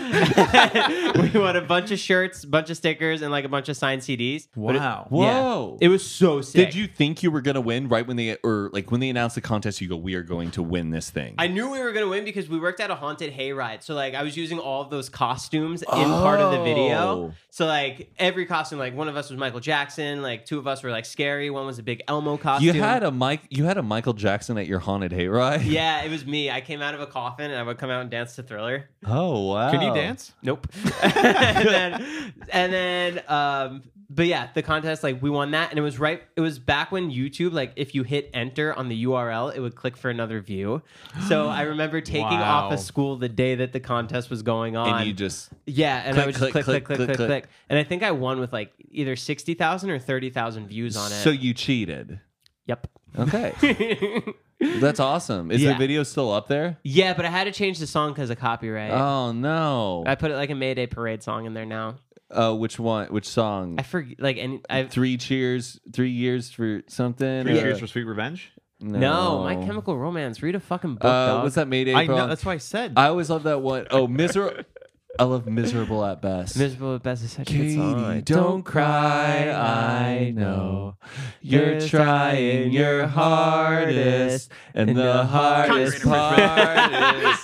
Speaker 2: we won a bunch of shirts, bunch of stickers, and like a bunch of signed CDs. But it-
Speaker 4: Wow.
Speaker 3: Whoa.
Speaker 2: It was so sick.
Speaker 3: Did you think you were gonna win right when they or like when they announced the contest? You go, we are going to win this thing.
Speaker 2: I knew we were gonna win because we worked at a haunted hayride. So like I was using all of those costumes in part of the video.
Speaker 3: Oh.
Speaker 2: So like every costume, like one of us was Michael Jackson, like two of us were like scary, one was a big Elmo
Speaker 3: you
Speaker 2: costume.
Speaker 3: had a Mike. You had a Michael Jackson at your haunted hayride.
Speaker 2: yeah, it was me. I came out of a coffin and I would come out and dance to Thriller.
Speaker 3: Oh wow.
Speaker 4: Can you dance?
Speaker 2: Nope. and then, and then um, but yeah, the contest like we won that, and it was right. It was back when YouTube, like if you hit enter on the URL, it would click for another view. So I remember taking
Speaker 4: Wow.
Speaker 2: off of school the day that the contest was going on.
Speaker 3: And you just
Speaker 2: yeah, and I
Speaker 3: click,
Speaker 2: would just
Speaker 3: click,
Speaker 2: click, click,
Speaker 3: click,
Speaker 2: click, click,
Speaker 3: click,
Speaker 2: click,
Speaker 3: click.
Speaker 2: and I think I won with like either sixty thousand or thirty thousand views on it.
Speaker 3: so you cheated.
Speaker 2: yep.
Speaker 3: Okay, that's awesome. Is the
Speaker 2: Yeah.
Speaker 3: video still up there?
Speaker 2: yeah, but I had to change the song because of copyright.
Speaker 3: Oh no.
Speaker 2: I put it like a Mayday Parade song in there now.
Speaker 3: Uh, which one? Which song?
Speaker 2: I forget, like, any. I
Speaker 3: three cheers. Three years for something.
Speaker 4: Three
Speaker 3: or-
Speaker 4: years for sweet revenge.
Speaker 3: No.
Speaker 2: no, My Chemical Romance. Read a fucking book.
Speaker 3: Uh,
Speaker 2: dog.
Speaker 3: what's that made?
Speaker 4: I
Speaker 3: April?
Speaker 4: know. That's why I said.
Speaker 3: I always love that one. Oh, miser. I love miserable at best.
Speaker 2: Miserable at best is such a good
Speaker 3: Katie,
Speaker 2: song.
Speaker 3: don't, cry. I know you're trying your hardest, and the hardest part is.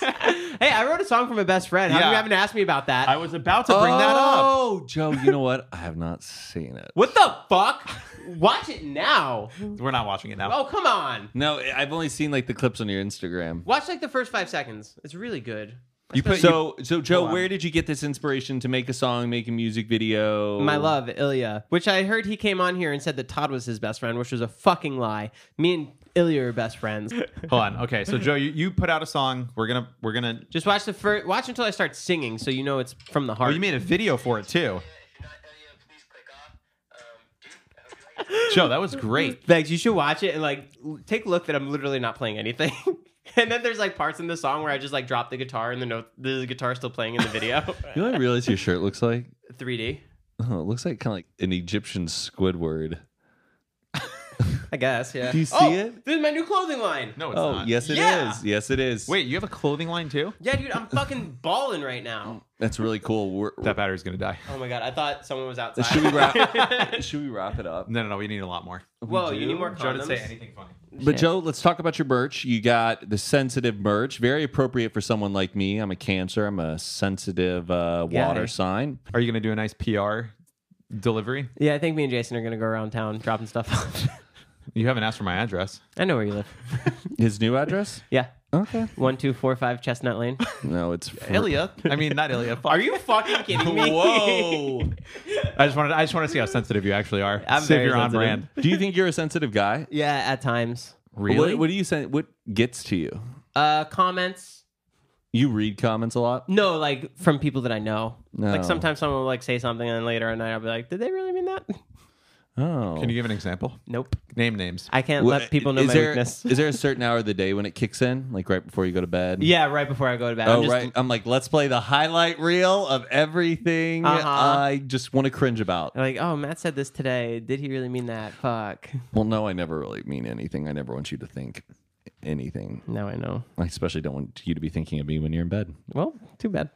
Speaker 2: hey, I wrote a song for my best friend. How come
Speaker 4: Yeah.
Speaker 2: you haven't asked me about that?
Speaker 4: I was about to bring that up.
Speaker 3: Oh, Joe, you know what? I have not seen it.
Speaker 2: what the fuck? Watch it now.
Speaker 4: We're not watching it now.
Speaker 2: Oh, come on.
Speaker 3: No, I've only seen like the clips on your Instagram.
Speaker 2: Watch like the first five seconds. It's really good.
Speaker 3: You put, so, so Joe, where did you get this inspiration to make a song, make a music video?
Speaker 2: My love, Ilya, which I heard he came on here and said that Todd was his best friend, which was a fucking lie. Me and Ilya are best friends.
Speaker 4: Hold on. Okay, so Joe, you, you put out a song. We're gonna we're gonna.
Speaker 2: Just watch the first. Watch until I start singing, so you know it's from the
Speaker 4: Oh,
Speaker 2: heart.
Speaker 4: you made a video for it too. Joe, that was great.
Speaker 2: Thanks. You should watch it and like l- take a look that I'm literally not playing anything. and then there's like parts in the song where I just like drop the guitar and the note the guitar still playing in the video.
Speaker 3: You know what I realize your shirt looks like?
Speaker 2: 3D,
Speaker 3: Oh, it looks like kind of like an Egyptian Squidward.
Speaker 2: I guess. Yeah.
Speaker 3: Do you see
Speaker 2: Oh,
Speaker 3: it?
Speaker 2: This is my new clothing line.
Speaker 4: No, it's
Speaker 3: Oh,
Speaker 4: not.
Speaker 3: yes, it is.
Speaker 2: Yeah.
Speaker 3: Yes, it is.
Speaker 4: Wait, you have a clothing line too?
Speaker 2: Yeah, dude, I'm fucking balling right now.
Speaker 3: that's really cool. We're,
Speaker 4: That battery's gonna die.
Speaker 2: Oh my god, I thought someone was outside.
Speaker 3: should we wrap? should we wrap it up?
Speaker 4: No, no, no. We need a lot more.
Speaker 2: Whoa, you need more
Speaker 4: Joe didn't
Speaker 2: condoms.
Speaker 4: say anything funny.
Speaker 3: But Joe, let's talk about your merch. You got the sensitive merch, very appropriate for someone like me. I'm a Cancer. I'm a sensitive uh, water
Speaker 2: Guy.
Speaker 3: sign.
Speaker 4: Are you gonna do a nice PR delivery?
Speaker 2: Yeah, I think me and Jason are gonna go around town dropping stuff off.
Speaker 4: You haven't asked for my address.
Speaker 2: I know where you live.
Speaker 3: His new address?
Speaker 2: Yeah.
Speaker 3: Okay.
Speaker 2: One two four five Chestnut Lane.
Speaker 3: No, it's for-
Speaker 4: Ilya. I mean, not Ilya. fuck.
Speaker 2: Are you fucking kidding me?
Speaker 3: Whoa.
Speaker 4: I just wanted. I just want to see how sensitive you actually are.
Speaker 2: I'm
Speaker 4: See if
Speaker 2: very
Speaker 4: you're on
Speaker 2: sensitive.
Speaker 4: brand.
Speaker 3: do you think you're a sensitive guy?
Speaker 2: Yeah, at times.
Speaker 4: Really?
Speaker 3: What, what do you send? What gets to you?
Speaker 2: Uh, comments.
Speaker 3: You read comments a lot.
Speaker 2: No, like from people that I know.
Speaker 3: No.
Speaker 2: Like sometimes someone will like say something, and then later at night I'll be like, "Did they really mean that?"
Speaker 3: Oh.
Speaker 4: Can you give an example?
Speaker 2: Nope.
Speaker 4: Name names.
Speaker 2: I can't
Speaker 3: What-
Speaker 2: let people know
Speaker 3: Oh. is
Speaker 2: my
Speaker 3: there,
Speaker 2: weakness.
Speaker 3: Is there a certain hour of the day when it kicks in, like right before you go to bed?
Speaker 2: yeah, right before I go to bed.
Speaker 3: Oh,
Speaker 2: I'm just,
Speaker 3: right. I'm like, let's play the highlight reel of everything
Speaker 2: Uh-huh.
Speaker 3: I just want to cringe about.
Speaker 2: Like, oh, Matt said this today. Did he really mean that? Fuck.
Speaker 3: Well, no, I never really mean anything. I never want you to think anything.
Speaker 2: Now I know.
Speaker 3: I especially don't want you to be thinking of me when you're in bed.
Speaker 2: Well, too bad.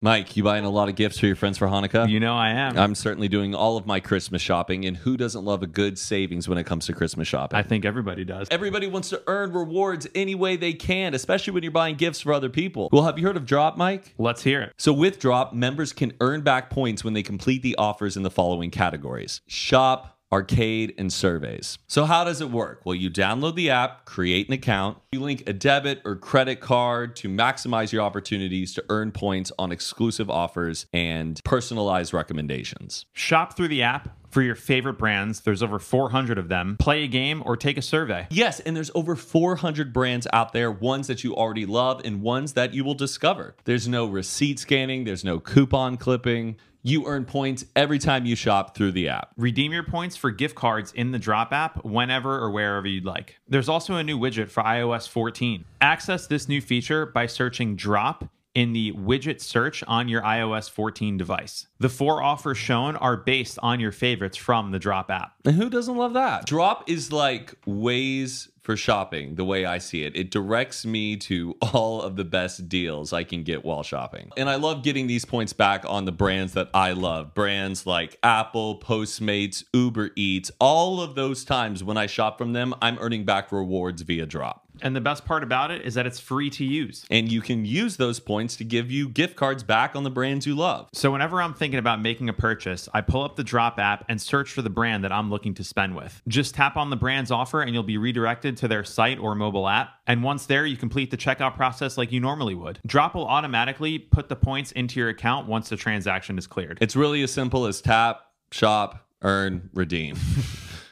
Speaker 3: Mike, you buying a lot of gifts for your friends for Hanukkah?
Speaker 4: You know I am.
Speaker 3: I'm certainly doing all of my Christmas shopping, and who doesn't love a good savings when it comes to Christmas shopping?
Speaker 4: I think everybody does.
Speaker 3: Everybody wants to earn rewards any way they can, especially when you're buying gifts for other people. Well, have you heard of Drop, Mike?
Speaker 4: Let's hear it.
Speaker 3: So, with Drop, members can earn back points when they complete the offers in the following categories shop, arcade, and surveys. So, how does it work? Well, you download the app, create an account, you link a debit or credit card to maximize your opportunities to earn points on exclusive offers and personalized recommendations.
Speaker 4: Shop through the app for your favorite brands. There's over 400 of them. Play a game or take a survey.
Speaker 3: Yes, and there's over 400 brands out there, ones that you already love and ones that you will discover. There's no receipt scanning, there's no coupon clipping. You earn points every time you shop through the app.
Speaker 4: Redeem your points for gift cards in the Drop app whenever or wherever you'd like. There's also a new widget for iOS 14. Access this new feature by searching Drop in the widget search on your iOS 14 device. The four offers shown are based on your favorites from the Drop app.
Speaker 3: And who doesn't love that? Drop is like ways for shopping, the way I see it. It directs me to all of the best deals I can get while shopping. And I love getting these points back on the brands that I love. Brands like Apple, Postmates, Uber Eats, all of those times when I shop from them, I'm earning back rewards via Drop.
Speaker 4: And the best part about it is that it's free to use.
Speaker 3: And you can use those points to give you gift cards back on the brands you love.
Speaker 4: So whenever I'm thinking about making a purchase, I pull up the Drop app and search for the brand that I'm looking to spend with. Just tap on the brand's offer and you'll be redirected to their site or mobile app. And once there, you complete the checkout process like you normally would. Drop will automatically put the points into your account once the transaction is cleared.
Speaker 3: It's really as simple as tap, shop, earn, redeem.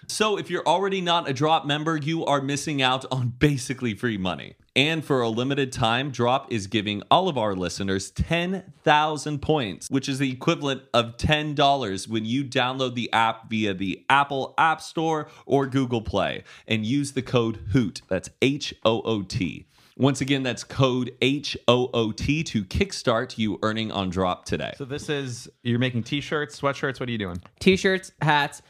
Speaker 3: so if you're already not a Drop member, you are missing out on basically free money. And for a limited time, Drop is giving all of our listeners 10,000 points, which is the equivalent of $10 when you download the app via the Apple App Store or Google Play and use the code HOOT. That's H O O T. Once again, that's code H O O T to kickstart you earning on Drop today.
Speaker 4: So this is you're making t-shirts, sweatshirts, what are you doing?
Speaker 2: T-shirts, hats,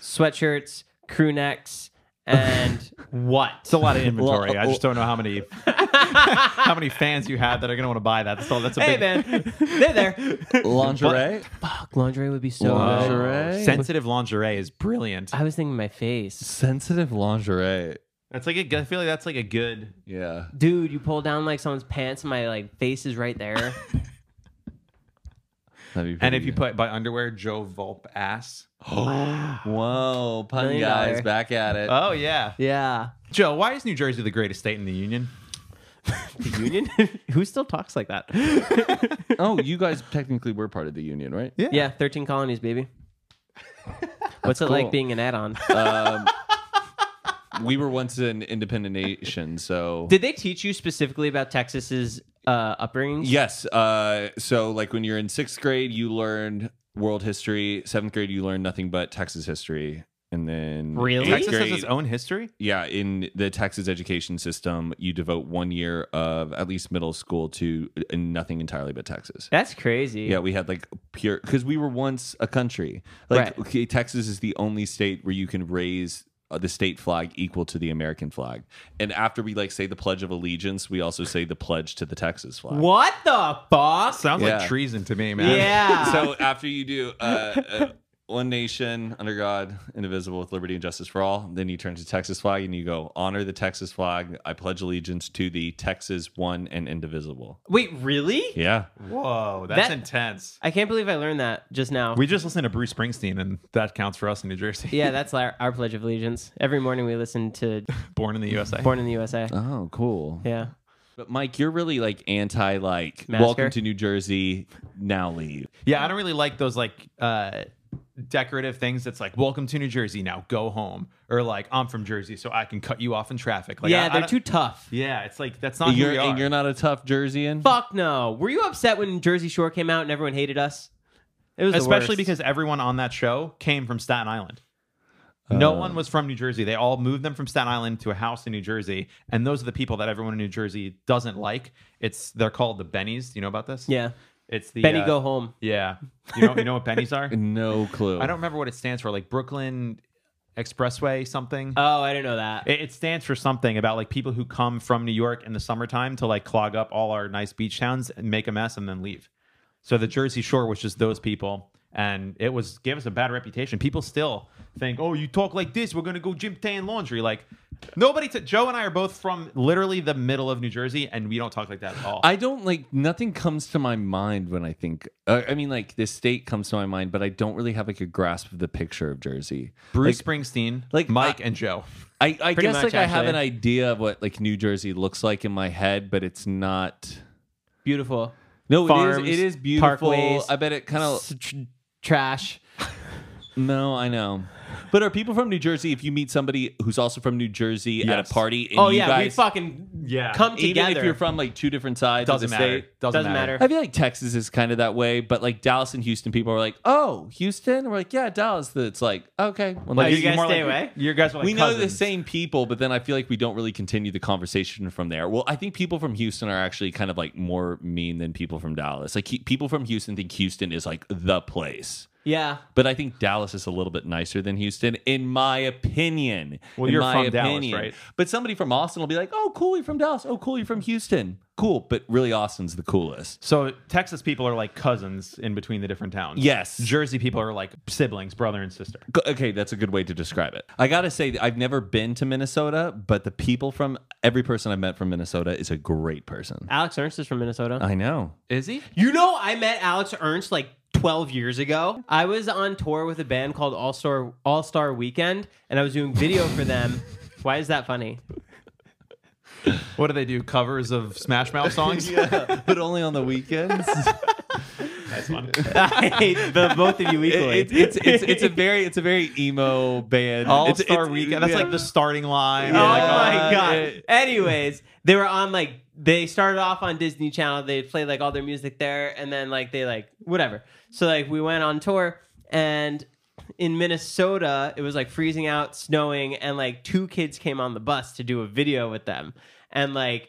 Speaker 2: sweatshirts, crew necks, and what?
Speaker 4: It's a lot of inventory.
Speaker 3: Well,
Speaker 4: I just don't know how many how many fans you have that are going to want to buy that. That's all. That's a
Speaker 2: hey
Speaker 4: big
Speaker 2: man, they're there.
Speaker 3: Lingerie?
Speaker 2: Fuck, lingerie would be so good.
Speaker 3: Lingerie?
Speaker 4: Oh. sensitive lingerie is brilliant.
Speaker 2: I was thinking my face,
Speaker 3: Sensitive lingerie.
Speaker 4: That's like a good- I feel like that's like a good.
Speaker 3: Yeah.
Speaker 2: dude. You pull down like someone's pants, and my like face is right there.
Speaker 3: That'd be
Speaker 4: And if
Speaker 3: pretty
Speaker 4: you
Speaker 3: good.
Speaker 4: put by underwear, Joe Volpe ass.
Speaker 3: Whoa, pun
Speaker 2: Million
Speaker 3: guys
Speaker 2: dollar.
Speaker 3: back at it.
Speaker 4: Oh yeah,
Speaker 2: yeah,
Speaker 4: Joe. Why is New Jersey the greatest state in the union?
Speaker 2: the union. Who still talks like that?
Speaker 3: oh, you guys technically were part of the union, right?
Speaker 4: Yeah.
Speaker 2: yeah, thirteen colonies, baby. What's it like
Speaker 3: cool.
Speaker 2: being an add-on?
Speaker 3: We were once an independent nation, so
Speaker 2: Did they teach you specifically about Texas's uh, upbringing?
Speaker 3: Yes. Uh, so, like when you're in sixth grade, you learned world history. Seventh grade, you learn nothing but Texas history, and then
Speaker 2: Really?
Speaker 3: eighth
Speaker 4: Texas has
Speaker 3: grade-
Speaker 4: its own history.
Speaker 3: yeah, in the Texas education system, you devote one year of at least middle school to uh, nothing entirely but Texas.
Speaker 2: that's crazy.
Speaker 3: Yeah, we had like pure because we were once a country. Like,
Speaker 2: Right.
Speaker 3: okay, Texas is the only state where you can raise uh, the state flag equal to the American flag. And after we like say the Pledge of Allegiance, we also say the pledge to the Texas flag.
Speaker 2: What the fuck?
Speaker 4: Sounds
Speaker 3: Yeah.
Speaker 4: like treason to me, man.
Speaker 2: yeah.
Speaker 3: So after you do uh, uh, one nation under God, indivisible, with liberty and justice for all, then you turn to Texas flag and you go honor the Texas flag. I pledge allegiance to the Texas one and indivisible.
Speaker 2: Wait, really?
Speaker 3: Yeah.
Speaker 4: Whoa, that's
Speaker 2: That-
Speaker 4: intense.
Speaker 2: I can't believe I learned that just now.
Speaker 4: We just listened to Bruce Springsteen, and that counts for us in New Jersey.
Speaker 2: yeah, that's our, our Pledge of Allegiance. Every morning we listen to
Speaker 4: Born in the USA.
Speaker 2: Born in the USA.
Speaker 3: Oh, cool.
Speaker 2: Yeah.
Speaker 3: But Mike, you're really like anti like
Speaker 2: Massacre?
Speaker 3: welcome to New Jersey. Now leave.
Speaker 4: Yeah, I don't really like those like uh decorative things that's like welcome to New Jersey now go home or like I'm from Jersey so I can cut you off in traffic. Like
Speaker 2: yeah,
Speaker 4: I- I
Speaker 2: they're
Speaker 4: don't-
Speaker 2: too tough.
Speaker 4: Yeah, it's like that's not
Speaker 3: you're
Speaker 4: who we
Speaker 3: and
Speaker 4: are.
Speaker 3: you're not a tough Jerseyan.
Speaker 2: Fuck no. Were you upset when Jersey Shore came out and everyone hated us? It was the
Speaker 4: Especially
Speaker 2: worst.
Speaker 4: because everyone on that show came from Staten Island. No one
Speaker 2: Uh.
Speaker 4: was from New Jersey. They all moved them from Staten Island to a house in New Jersey, and those are the people that everyone in New Jersey doesn't like. It's they're called the Bennies. Do you know about this?
Speaker 2: yeah,
Speaker 4: it's the
Speaker 2: Benny
Speaker 4: uh,
Speaker 2: go home.
Speaker 4: Yeah, you know you know what Bennies are?
Speaker 3: No clue.
Speaker 4: I don't remember what it stands for, like Brooklyn Expressway something.
Speaker 2: Oh, I didn't know that.
Speaker 4: It, it stands for something about like people who come from New York in the summertime to like clog up all our nice beach towns and make a mess and then leave. So the Jersey Shore was just those people, and it was gave us a bad reputation. People still think, "Oh, you talk like this, we're gonna go gym tan laundry." Like nobody. T- Joe and I are both from literally the middle of New Jersey, and we don't talk like that at all.
Speaker 3: I don't like nothing comes to my mind when I think. Uh, I mean, like this state comes to my mind, but I don't really have like a grasp of the picture of Jersey.
Speaker 4: Bruce Springsteen,
Speaker 3: like,
Speaker 4: like Mike
Speaker 3: I-
Speaker 4: and Joe.
Speaker 3: I, I guess
Speaker 2: much,
Speaker 3: like I have
Speaker 2: actually.
Speaker 3: an idea of what like New Jersey looks like in my head, but it's not.
Speaker 2: Beautiful.
Speaker 3: No,
Speaker 2: Farms,
Speaker 3: it is. It is beautiful.
Speaker 2: parkways,
Speaker 3: I bet it kind of.
Speaker 2: S- tr- trash.
Speaker 3: No, I know. But are people from New Jersey? If you meet somebody who's also from New Jersey at
Speaker 4: Yes.
Speaker 3: a party, and
Speaker 2: Oh
Speaker 3: you
Speaker 2: yeah,
Speaker 3: guys,
Speaker 2: we fucking
Speaker 4: Yeah.
Speaker 2: come
Speaker 3: even
Speaker 2: together.
Speaker 3: if you're from like two different sides
Speaker 4: Doesn't
Speaker 3: of the
Speaker 4: matter.
Speaker 3: state,
Speaker 4: Doesn't,
Speaker 2: Doesn't
Speaker 4: matter.
Speaker 2: matter.
Speaker 3: I feel like Texas is kind of that way, but like Dallas and Houston people are like, oh, Houston? And we're like, yeah, Dallas. It's like, okay. Well,
Speaker 2: Oh,
Speaker 3: like,
Speaker 2: you
Speaker 4: You're
Speaker 2: guys
Speaker 4: more
Speaker 2: stay
Speaker 4: like-
Speaker 2: away?
Speaker 4: You guys are like
Speaker 3: we know the
Speaker 4: cousins.
Speaker 3: same people, but then I feel like we don't really continue the conversation from there. Well, I think people from Houston are actually kind of like more mean than people from Dallas. Like he- people from Houston think Houston is like the place.
Speaker 2: yeah,
Speaker 3: But I think Dallas is a little bit nicer than Houston, in my opinion.
Speaker 4: Well,
Speaker 3: In
Speaker 4: you're
Speaker 3: my
Speaker 4: from Dallas, right?
Speaker 3: But somebody from Austin will be like, "Oh, cool, you're from Dallas. Oh, cool, you're from Houston. Cool." But really, Austin's the coolest.
Speaker 4: So Texas people are like cousins in between the different towns.
Speaker 3: Yes.
Speaker 4: Jersey people are like siblings, brother and sister.
Speaker 3: Go- Okay, that's a good way to describe it. I gotta say, that I've never been to Minnesota, but the people from every person I've met from Minnesota is a great person.
Speaker 2: Alex Ernst is from Minnesota.
Speaker 3: I know.
Speaker 4: Is he?
Speaker 2: You know, I met Alex Ernst like 12 years ago. I was on tour with a band called All Star All Star Weekend, and I was doing video for them. Why is that funny?
Speaker 4: What do they do? Covers of Smash Mouth songs?
Speaker 3: but only on the weekends.
Speaker 2: I hate the both of you equally.
Speaker 3: It- it's, it's, it's a very it's a very emo band.
Speaker 4: All
Speaker 3: It's-
Speaker 4: Star
Speaker 3: it's-
Speaker 4: Weekend. That's
Speaker 3: yeah.
Speaker 4: like the starting line.
Speaker 2: oh
Speaker 4: Oh
Speaker 2: my god.
Speaker 3: it-
Speaker 2: Anyways, they were on like they started off on Disney Channel. They played like all their music there, and then like they like whatever. So like we went on tour, and in Minnesota it was like freezing out, snowing, and like two kids came on the bus to do a video with them, and like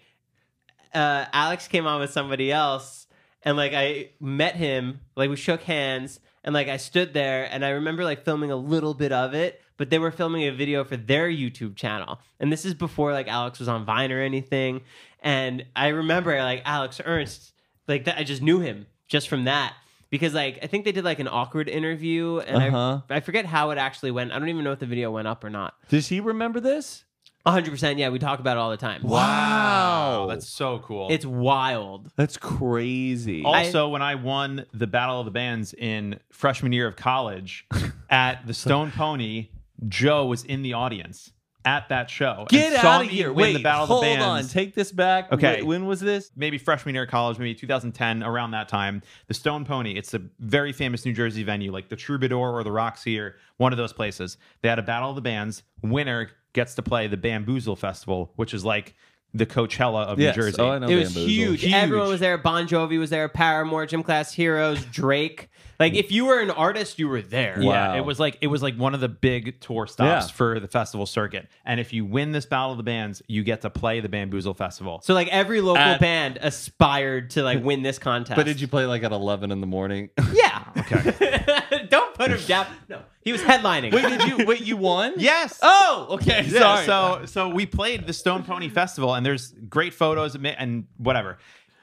Speaker 2: uh, Alex came on with somebody else, and like I met him, like we shook hands, and like I stood there and I remember like filming a little bit of it, but they were filming a video for their YouTube channel. And this is before like Alex was on Vine or anything. And I remember like Alex Ernst, like that I just knew him just from that. Because like I think they did like an awkward interview and
Speaker 3: Uh-huh.
Speaker 2: I I forget how it actually went. I don't even know if the video went up or not.
Speaker 3: Does he remember this?
Speaker 2: 100% yeah, we talk about it all the time.
Speaker 3: Wow.
Speaker 4: oh, that's so cool.
Speaker 2: It's wild.
Speaker 3: that's crazy.
Speaker 4: Also, when I won the Battle of the Bands in freshman year of college at the Stone Pony, Joe was in the audience at that show.
Speaker 3: Get
Speaker 4: and saw
Speaker 3: out of
Speaker 4: me
Speaker 3: here.
Speaker 4: Win
Speaker 3: Wait,
Speaker 4: the Battle
Speaker 3: hold
Speaker 4: of the
Speaker 3: on.
Speaker 4: Bands.
Speaker 3: Take this back.
Speaker 4: Okay.
Speaker 3: Wait, when was this?
Speaker 4: maybe freshman year of college, maybe 2010, around that time. The Stone Pony, it's a very famous New Jersey venue, like the Troubadour or the Roxy or one of those places. They had a battle of the bands. Winner gets to play the Bamboozle Festival, which is like the Coachella of
Speaker 3: Yes.
Speaker 4: New Jersey.
Speaker 3: Oh, I know
Speaker 2: It was
Speaker 3: Bamboozled.
Speaker 2: huge.
Speaker 4: Huge.
Speaker 2: Everyone was there. Bon Jovi was there. Paramore, Gym Class Heroes, Drake.
Speaker 3: Mm.
Speaker 2: Like if you were an artist, you were there.
Speaker 4: Yeah,
Speaker 3: Wow.
Speaker 4: it was like it was like one of the big tour stops
Speaker 3: Yeah.
Speaker 4: for the festival circuit. And if you win this battle of the bands, you get to play the Bamboozle Festival.
Speaker 2: So like every local
Speaker 3: At-
Speaker 2: band aspired to like win this contest.
Speaker 3: But did you play like at 11 in the morning?
Speaker 2: Yeah. Okay. Don't put him down. No, he was headlining.
Speaker 3: wait, did you? Wait, you won?
Speaker 4: Yes.
Speaker 3: Oh, okay.
Speaker 4: Yeah,
Speaker 3: sorry.
Speaker 4: so so we played the Stone Pony Festival, and there's great photos and- and whatever.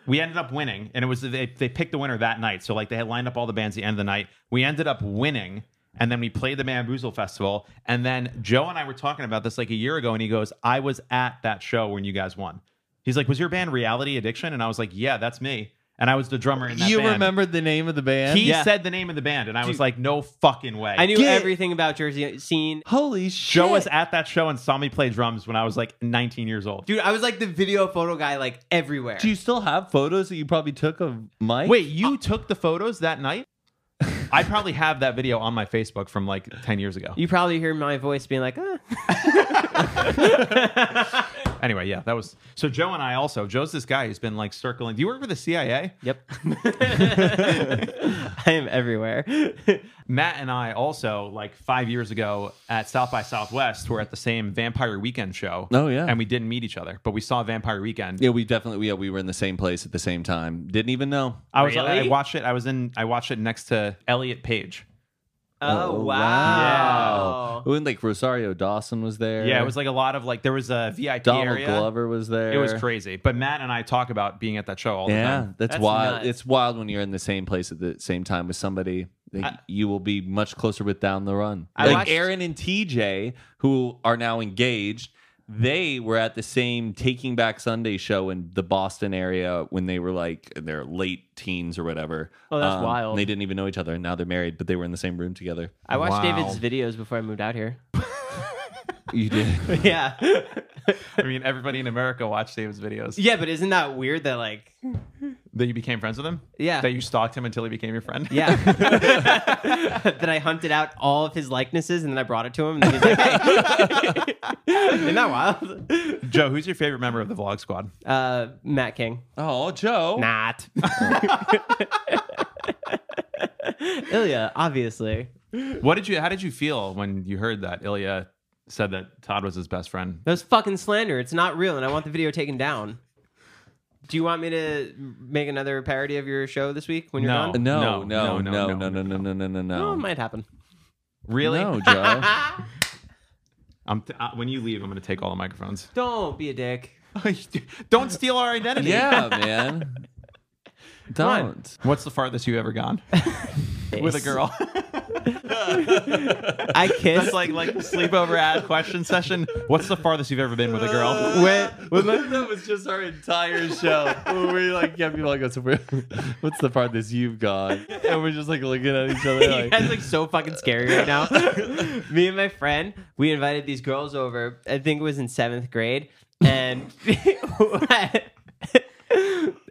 Speaker 4: We ended up winning, and it was they, they picked the winner that night. So like they had lined up all the bands at the end of the night. We ended up winning, and then we played the Bamboozle Festival. And then Joe and I were talking about this like a year ago, and he goes, "I was at that show when you guys won." He's like, "Was your band Reality Addiction?" And I was like, "Yeah, that's me." And I was the drummer in that
Speaker 3: you
Speaker 4: band.
Speaker 3: remembered the name of the band?
Speaker 4: He
Speaker 2: Yeah.
Speaker 4: said the name of the band, and I was like, "No fucking way."
Speaker 2: I knew
Speaker 3: Get-
Speaker 2: everything about Jersey scene.
Speaker 3: Holy shit.
Speaker 4: Joe was at that show and saw me play drums when I was like 19 years old.
Speaker 2: Dude, I was like the video photo guy like everywhere.
Speaker 3: Do you still have photos that you probably took of Mike?
Speaker 4: Wait, you took the photos that night? uh, I probably have that video on my Facebook from like 10 years ago.
Speaker 2: You probably hear my voice being like, ah.
Speaker 4: Anyway, yeah, that was. So Joe and I also, Joe's this guy who's been like circling. Do you work for the CIA?
Speaker 2: Yep. I am everywhere.
Speaker 4: Matt and I also, like five years ago at South by Southwest, were at the same Vampire Weekend show.
Speaker 3: Oh, yeah.
Speaker 4: And we didn't meet ech other, but we saw Vampire Weekend.
Speaker 3: Yeah, we definitely yeah, we were in the same place at the same time. Didn't even know.
Speaker 4: I was I
Speaker 2: Really?
Speaker 4: watched it. I was in I watched it next to Elliot Page.
Speaker 2: Oh, wow.
Speaker 3: wow. When like Rosario Dawson was there.
Speaker 4: Yeah, it was like a lot of like there was a VIP
Speaker 3: Donald
Speaker 4: area.
Speaker 3: Glover was there.
Speaker 4: It was crazy. But Matt and I talk about being at that show all the
Speaker 3: Yeah,
Speaker 4: time.
Speaker 3: that's,
Speaker 2: That's
Speaker 3: wild.
Speaker 2: nuts.
Speaker 3: It's wild when you're in the same place at the same time with somebody that you will be much closer with down the run.
Speaker 2: I
Speaker 3: like
Speaker 2: watched-
Speaker 3: Aaron and TJ, who are now engaged, they were at the same Taking Back Sunday show in the Boston area when they were like in their late teens or whatever. Um,
Speaker 2: Oh, that's wild.
Speaker 3: They didn't even know each other, and now they're married, but they were in the same room together.
Speaker 2: I watched
Speaker 4: Wow.
Speaker 2: David's videos before I moved out here.
Speaker 3: You did.
Speaker 2: yeah.
Speaker 4: I mean, everybody in America watched David's videos.
Speaker 2: yeah, but isn't that weird that like
Speaker 4: That you became friends with him?
Speaker 2: Yeah.
Speaker 4: That you stalked him until he became your friend?
Speaker 2: yeah. that I hunted out all of his likenesses and then I brought it to him and then he's like, hey. Isn't that wild?
Speaker 4: Joe, who's your favorite member of the Vlog Squad?
Speaker 2: Uh Matt King.
Speaker 3: oh, Joe.
Speaker 2: Not. Ilya, Oh, obviously.
Speaker 4: What did you? How did you feel when you heard that Ilya said that Todd was his best friend?
Speaker 2: That was fucking slander. It's not real and I want the video taken down. Do you want me to make another parody of your show this week when you're
Speaker 4: No.
Speaker 2: done?
Speaker 3: No, no,
Speaker 4: No,
Speaker 3: no,
Speaker 4: no,
Speaker 3: no, no,
Speaker 4: no,
Speaker 3: no, no, no, no,
Speaker 2: Oh,
Speaker 3: no.
Speaker 2: it might happen.
Speaker 4: Really?
Speaker 3: No, Joe.
Speaker 4: I'm t- uh, when you leave, I'm going to take all the microphones.
Speaker 2: Don't be a dick.
Speaker 4: Don't steal our identity.
Speaker 3: yeah, man.
Speaker 2: on.
Speaker 3: Don't.
Speaker 4: What's the farthest you've ever gone with a girl?
Speaker 2: I kissed
Speaker 4: That's like like sleepover ad question session. What's the farthest you've ever been with a girl?
Speaker 3: that was just our entire show. Where we like, yeah, people like, so where- what's the farthest you've gone? And we're just like looking at each other.
Speaker 2: you guys look so fucking scary right now. Me and my friend, we invited these girls over. I think it was in seventh grade, and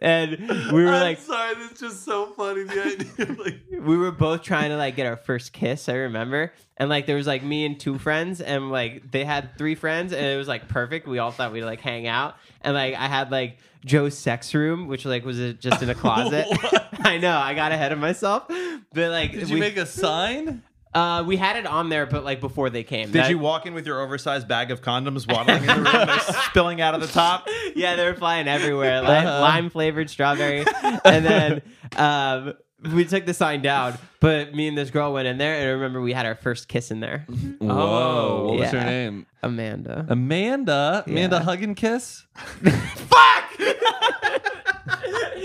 Speaker 2: and we were like,
Speaker 3: sorry, this is just so funny. The idea, like,
Speaker 2: we were both trying to like get our first kiss. I remember, and like there was like me and two friends, and like they had three friends, and it was like perfect. We all thought we'd like hang out, and like I had like Joe's sex room, which like was uh, just in a closet. I know I got ahead of myself, but like
Speaker 3: did you
Speaker 2: we-
Speaker 3: make a sign?
Speaker 2: Uh, we had it on there, but like before they came.
Speaker 4: Did
Speaker 2: That-
Speaker 4: you walk in with your oversized bag of condoms waddling in the room, They're spilling out of the top?
Speaker 3: Uh-huh.
Speaker 2: Yeah, they were flying everywhere. Like lime flavored strawberry, and then um, we took the sign down, but me and this girl went in there, and I remember we had our first kiss in there.
Speaker 3: Mm-hmm. Whoa. What was her
Speaker 2: Yeah.
Speaker 3: name?
Speaker 2: Amanda.
Speaker 3: Oh, Amanda. Amanda Hug and Kiss?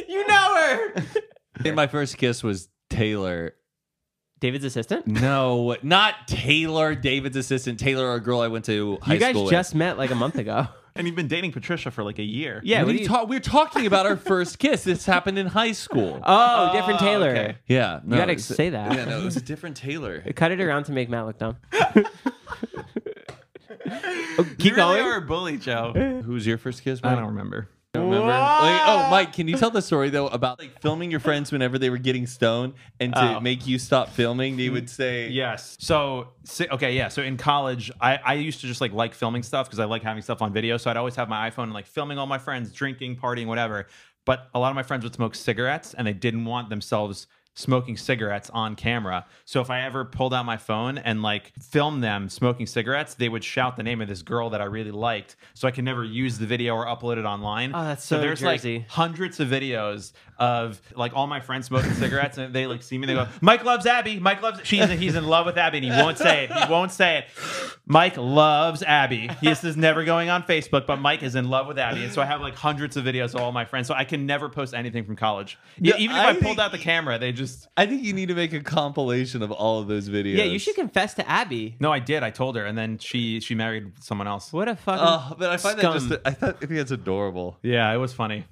Speaker 2: you know her.
Speaker 3: I think my first kiss was Taylor.
Speaker 2: David's assistant.
Speaker 3: No, not Taylor, David's assistant. Taylor, a girl I went to high
Speaker 2: you guys
Speaker 3: school with.
Speaker 2: just met like a month ago.
Speaker 4: And you've been dating Patricia for like a year.
Speaker 2: Yeah.
Speaker 3: What
Speaker 2: what
Speaker 3: are
Speaker 2: do you-
Speaker 3: you ta- we're talking about our first kiss. This happened in high school.
Speaker 2: Oh, different
Speaker 4: Oh,
Speaker 2: Taylor.
Speaker 4: okay.
Speaker 3: yeah. No,
Speaker 2: You gotta
Speaker 3: it's-
Speaker 2: say that.
Speaker 3: Yeah, no, it was a different Taylor.
Speaker 2: Cut it around to make Matt look dumb.
Speaker 4: You
Speaker 2: keep
Speaker 4: really
Speaker 2: going.
Speaker 4: are a bully, Joe.
Speaker 3: Who was your first kiss?
Speaker 4: I
Speaker 3: Mike?
Speaker 4: don't remember.
Speaker 3: Don't remember. Like, oh, Mike, can you tell the story though about like filming your friends whenever they were getting stoned, and to
Speaker 4: Oh.
Speaker 3: make you stop filming, they would say,
Speaker 4: Yes. So si- okay, yeah. So in college, I, I used to just like like filming stuff because I like having stuff on video. So I'd always have my iPhone and like filming all my friends drinking, partying, whatever. But a lot of my friends would smoke cigarettes, and they didn't want themselves smoking cigarettes on camera. So if I ever pulled out my phone and like filmed them smoking cigarettes, they would shout the name of this girl that I really liked. So I could never use the video or upload it online.
Speaker 2: Oh, that's so
Speaker 4: there's
Speaker 2: Jersey.
Speaker 4: like hundreds of videos of like all my friends smoking cigarettes and they like see me they go mike loves abby mike loves she's he's in love with abby and he won't say it he won't say it mike loves abby this is never going on facebook but mike is in love with abby and so i have like hundreds of videos of all my friends so i can never post anything from college E-
Speaker 3: Yeah,
Speaker 4: even if
Speaker 3: I
Speaker 4: i, pulled
Speaker 3: think-
Speaker 4: out the camera they just
Speaker 3: "I think you need to make a compilation of all of those videos."
Speaker 2: Yeah, you should confess to Abby.
Speaker 4: no i did i told her and then she she married someone else
Speaker 2: What a fucking.
Speaker 3: Oh, but I find
Speaker 2: Scum.
Speaker 3: that just I thought I think that's adorable.
Speaker 4: yeah it was funny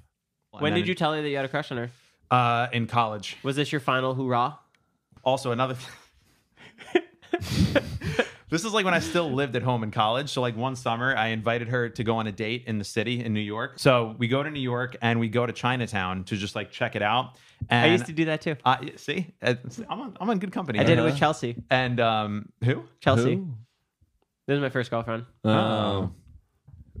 Speaker 2: when
Speaker 4: And
Speaker 2: did
Speaker 4: then-
Speaker 2: you tell her that you had a crush on her?
Speaker 4: uh in college
Speaker 2: Was this your final hoorah?
Speaker 4: Also, another. this is like when I still lived at home in college. So, like one summer, I invited her to go on a date in the city in New York. So we go to New York and we go to Chinatown to just like check it out. And
Speaker 2: I used to do that too.
Speaker 4: Uh, see, Uh, I'm on, I'm on good company.
Speaker 2: I did it with Chelsea.
Speaker 4: And um, who?
Speaker 2: Chelsea.
Speaker 3: Who?
Speaker 2: This is my first girlfriend.
Speaker 3: Oh.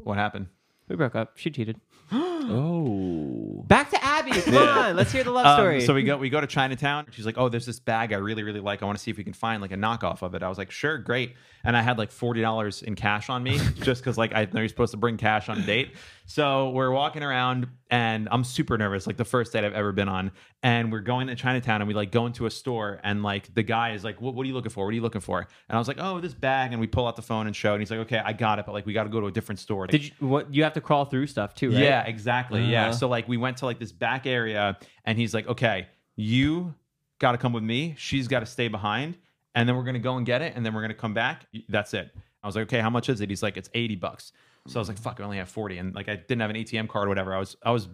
Speaker 4: What happened?
Speaker 2: We broke up. She cheated.
Speaker 3: Oh.
Speaker 2: Back to Abby. Come on. Let's hear the love
Speaker 4: Um,
Speaker 2: story.
Speaker 4: so we go we go to Chinatown. She's like, "Oh, there's this bag I really really like. I want to see if we can find like a knockoff of it." I was like, "Sure, great." And I had like forty dollars in cash on me, just because like I know you're supposed to bring cash on a date. So we're walking around, and I'm super nervous. Like the first date I've ever been on, and we're going to Chinatown, and we like go into a store, and like the guy is like, "What, what are you looking for? What are you looking for?" And I was like, "Oh, this bag." And we pull out the phone and show, it. and he's like, "Okay, I got it, but like we got to go to a different store."
Speaker 2: Did you? What you have to crawl through stuff too, right?
Speaker 4: Yeah, exactly. Yeah.
Speaker 3: Uh-huh.
Speaker 4: So like we went to like this back area and he's like, "Okay, you got to come with me. She's got to stay behind and then we're going to go and get it and then we're going to come back. That's it." I was like, "Okay, how much is it?" He's like, "It's 80 bucks." So I was like, "Fuck, I only have 40." And like I didn't have an ATM card or whatever. I was I was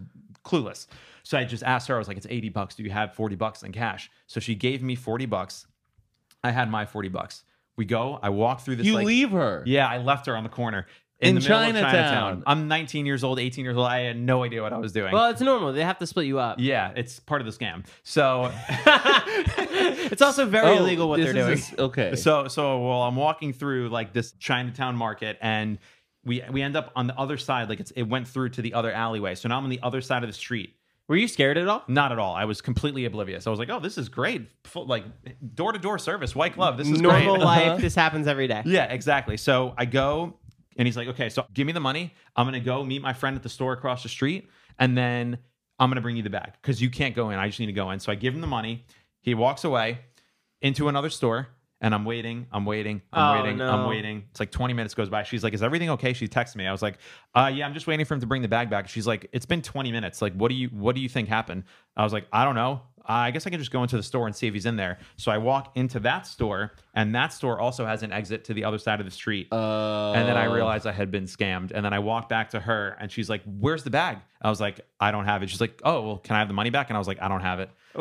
Speaker 4: clueless. So I just asked her. I was like, "It's 80 bucks. Do you have 40 bucks in cash?" So she gave me 40 bucks. I had my 40 bucks. We go. I walk through this
Speaker 3: You
Speaker 4: like,
Speaker 3: leave her.
Speaker 4: yeah, I left her on the corner
Speaker 3: In
Speaker 4: the middle of
Speaker 3: Chinatown.
Speaker 4: I'm 19 years old, 18 years old. I had no idea what I was doing.
Speaker 2: Well, it's normal. They have to split you up.
Speaker 4: yeah, it's part of the scam. So,
Speaker 2: it's also very
Speaker 3: Oh,
Speaker 2: illegal what
Speaker 3: this
Speaker 2: they're doing.
Speaker 3: is a- okay.
Speaker 4: so, so while I'm walking through like this Chinatown market and we we end up on the other side, like it's it went through to the other alleyway. So now I'm on the other side of the street.
Speaker 2: Were you scared at all?
Speaker 4: Not at all. I was completely oblivious. I was like, oh, this is great. Full, like door to door service, white glove. This is
Speaker 2: Normal
Speaker 4: great.
Speaker 3: Uh-huh.
Speaker 2: life. This happens every day.
Speaker 4: Yeah, exactly. So I go and he's like, okay, so give me the money. I'm going to go meet my friend at the store across the street and then I'm going to bring you the bag because you can't go in. I just need to go in. So I give him the money. He walks away into another store and I'm waiting, I'm waiting, I'm
Speaker 2: Oh,
Speaker 4: waiting,
Speaker 2: no.
Speaker 4: I'm waiting. It's like 20 minutes goes by. She's like, is everything okay? She texts me. I was like, uh, yeah, I'm just waiting for him to bring the bag back. She's like, it's been 20 minutes. Like, what do you, what do you think happened? I was like, I don't know. I guess I can just go into the store and see if he's in there. So I walk into that store, and that store also has an exit to the other side of the street. and then I
Speaker 2: Oh.
Speaker 4: realized I had been scammed. And then I walked back to her, and she's like, "Where's the bag?" I was like, "I don't have it." She's like, "Oh, well, can I have the money back?" And I was like, "I don't have it."
Speaker 2: Wow.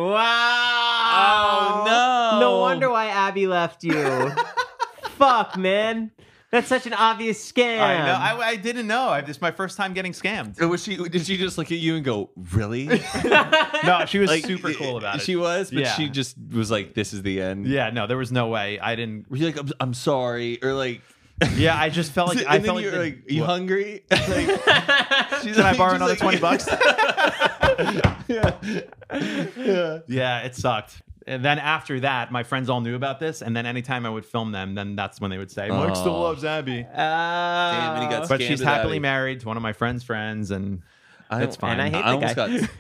Speaker 3: Oh, no.
Speaker 2: No wonder why Abby left you. Fuck, man. That's such an obvious scam.
Speaker 4: I know. I, I didn't know. I, this is my first time getting scammed.
Speaker 3: Was she? Did she just look at you and go, "Really?"
Speaker 4: No, she was super cool about it.
Speaker 3: She was, but
Speaker 4: Yeah.
Speaker 3: she just was like, "This is the end."
Speaker 4: Yeah, no, there was no way. I didn't.
Speaker 3: Were you like, "I'm, I'm sorry," or like,
Speaker 4: Yeah, I just felt like
Speaker 3: and
Speaker 4: I
Speaker 3: then
Speaker 4: felt like,
Speaker 3: you're
Speaker 4: the-
Speaker 3: like, "You
Speaker 4: What?
Speaker 3: hungry?" Like, she's
Speaker 4: Can I borrow
Speaker 3: she's
Speaker 4: another
Speaker 3: like-
Speaker 4: twenty bucks? Yeah, it sucked. And then after that, my friends all knew about this. And then anytime I would film them, then that's when they would say, Mike still loves Abby.
Speaker 2: Uh,
Speaker 3: Damn, and he got
Speaker 4: But
Speaker 3: scammed
Speaker 4: she's
Speaker 3: with
Speaker 4: happily
Speaker 3: Abby.
Speaker 4: married to one of my friend's friends. And
Speaker 3: I
Speaker 4: it's
Speaker 3: don't-
Speaker 4: fine.
Speaker 2: and I hate
Speaker 3: I
Speaker 2: the
Speaker 3: almost
Speaker 2: guy.
Speaker 3: got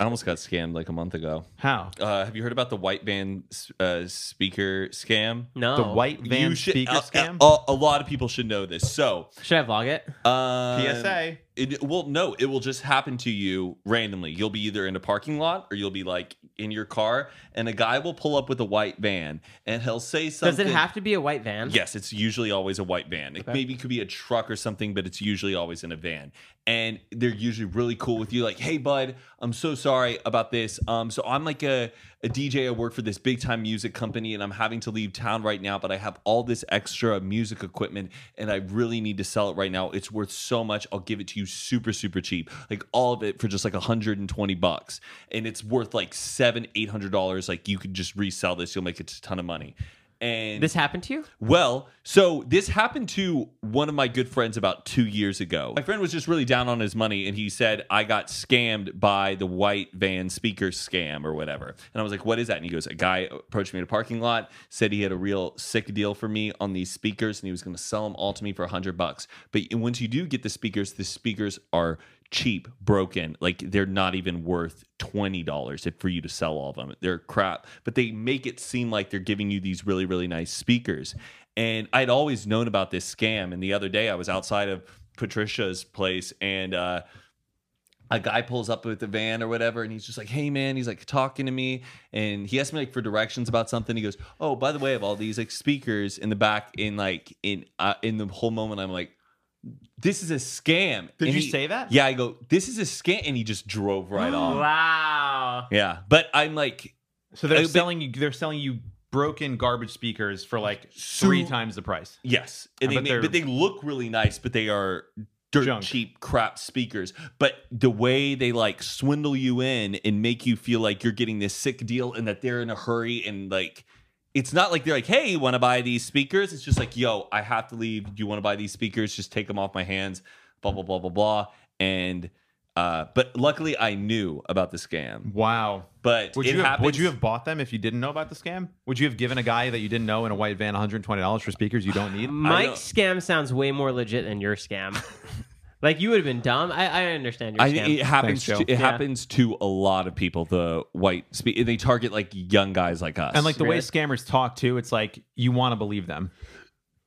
Speaker 3: I almost got scammed like a month ago.
Speaker 4: How?
Speaker 3: Uh, have you heard about the white van uh, speaker scam?
Speaker 2: No.
Speaker 4: The white van
Speaker 3: Oh, You should- uh,
Speaker 4: speaker
Speaker 3: a- a-
Speaker 4: scam?
Speaker 3: A, a lot of people should know this. So,
Speaker 2: Should I vlog it?
Speaker 3: um,
Speaker 4: PSA.
Speaker 3: It, well, no, it will just happen to you randomly. You'll be either in a parking lot or you'll be like in your car, and a guy will pull up with a white van and he'll say something.
Speaker 2: Does it have to be a white van?
Speaker 3: Yes, it's usually always a white van. It maybe could be a truck or something, but it's usually always in a van. And they're usually really cool with you, like, "Hey, bud, I'm so sorry about this. Um, so I'm like a, a DJ. I work for this big time music company, and I'm having to leave town right now. But I have all this extra music equipment, and I really need to sell it right now. It's worth so much. I'll give it to you super, super cheap, like all of it for just like 120 bucks, and it's worth like seven, eight hundred dollars. Like you could just resell this. You'll make a ton of money." And
Speaker 2: This happened to you?
Speaker 3: well, so this happened to one of my good friends about two years ago. My friend was just really down on his money, and he said, I got scammed by the white van speaker scam or whatever. And I was like, What is that? And he goes, A guy approached me in a parking lot, said he had a real sick deal for me on these speakers, and he was going to sell them all to me for 100 bucks. But once you do get the speakers, the speakers are cheap, broken. Like they're not even worth twenty dollars for you to sell all of them. They're crap, but they make it seem like they're giving you these really really nice speakers. And I'd always known about this scam. And the other day, I was outside of Patricia's place, and uh, a guy pulls up with the van or whatever, and he's just like, "Hey, man," he's like talking to me, and he asked me like for directions about something. He goes, "Oh, by the way, of all these like speakers in the back, in like in uh, in the whole moment, I'm like." This is a scam.
Speaker 4: Did
Speaker 3: And
Speaker 4: you
Speaker 3: he-
Speaker 4: say that?
Speaker 3: Yeah, I go, this is a scam. And he just drove right off.
Speaker 2: Wow.
Speaker 3: Yeah. But I'm like,
Speaker 4: So they're
Speaker 3: Uh, but-
Speaker 4: selling you. They're selling you broken garbage speakers for like
Speaker 3: So-
Speaker 4: three times the price.
Speaker 3: Yes, and
Speaker 4: I
Speaker 3: they
Speaker 4: bet
Speaker 3: make,
Speaker 4: they're-
Speaker 3: but they look really nice, but they are dirt
Speaker 4: Junk.
Speaker 3: cheap crap speakers. But the way they like swindle you in and make you feel like you're getting this sick deal and that they're in a hurry and like it's not like they're like, "Hey, you want to buy these speakers?" It's just like, "Yo, I have to leave. Do you want to buy these speakers? Just take them off my hands." Blah blah blah blah blah. And uh, but luckily, I knew about the scam.
Speaker 4: Wow.
Speaker 3: But
Speaker 4: Would
Speaker 3: it
Speaker 4: you, have, would
Speaker 3: happens-
Speaker 4: you have bought them if you didn't know about the scam? Would you have given a guy that you didn't know in a white van $120 for speakers you don't need?
Speaker 2: Mike's scam sounds way more legit than your scam. like you would have been dumb. I, I understand your
Speaker 3: I, e-
Speaker 2: scam.
Speaker 3: it happens.
Speaker 4: Thanks,
Speaker 3: to,
Speaker 4: Joe.
Speaker 3: it happens to a lot of people. The white spe- they target like young guys like us.
Speaker 4: And like the way
Speaker 2: Really?
Speaker 4: scammers talk too, it's like you want to believe them.
Speaker 2: I